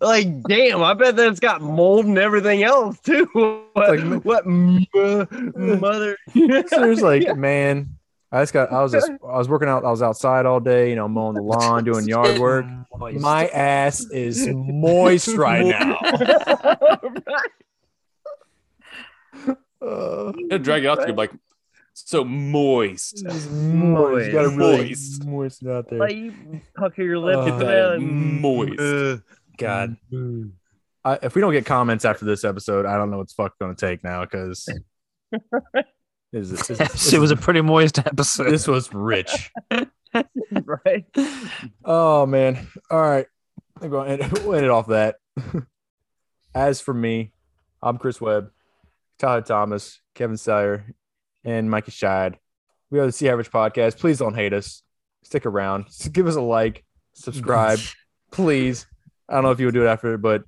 <laughs> like, like, damn, I bet that's got mold and everything else too. <laughs> What, It's like- what m- uh, mother? So there's like, <laughs> man, I just got. I was just. I was working out. I was outside all day. You know, mowing the lawn, doing yard <laughs> <laughs> work. Moist. My ass is moist <laughs> right now. Uh, It'll drag it out to you like so moist. it's moist. You gotta really Moist. moist it out there. like, you pucker your lip Uh, and smell it. moist. Uh, God. Mm. I, if we don't get comments after this episode, I don't know what's fuck going to take now <laughs> because <laughs> it was a pretty moist episode. this was rich. right? Oh man! All right, I'm going to end, <laughs> we'll end it off that. As for me, I'm Chris Webb, Tyler Thomas, Kevin Steyer, and Mikey Scheid. We are the Sea Average Podcast. Please don't hate us. Stick around. <laughs> S- Give us a like. Subscribe, please. I don't know if you would do it after, but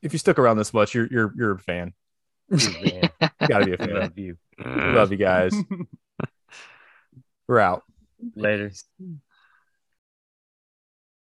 if you stuck around this much, you're you're you're a fan. Man, You gotta be a I fan. love you. Love you guys. We're out. Later.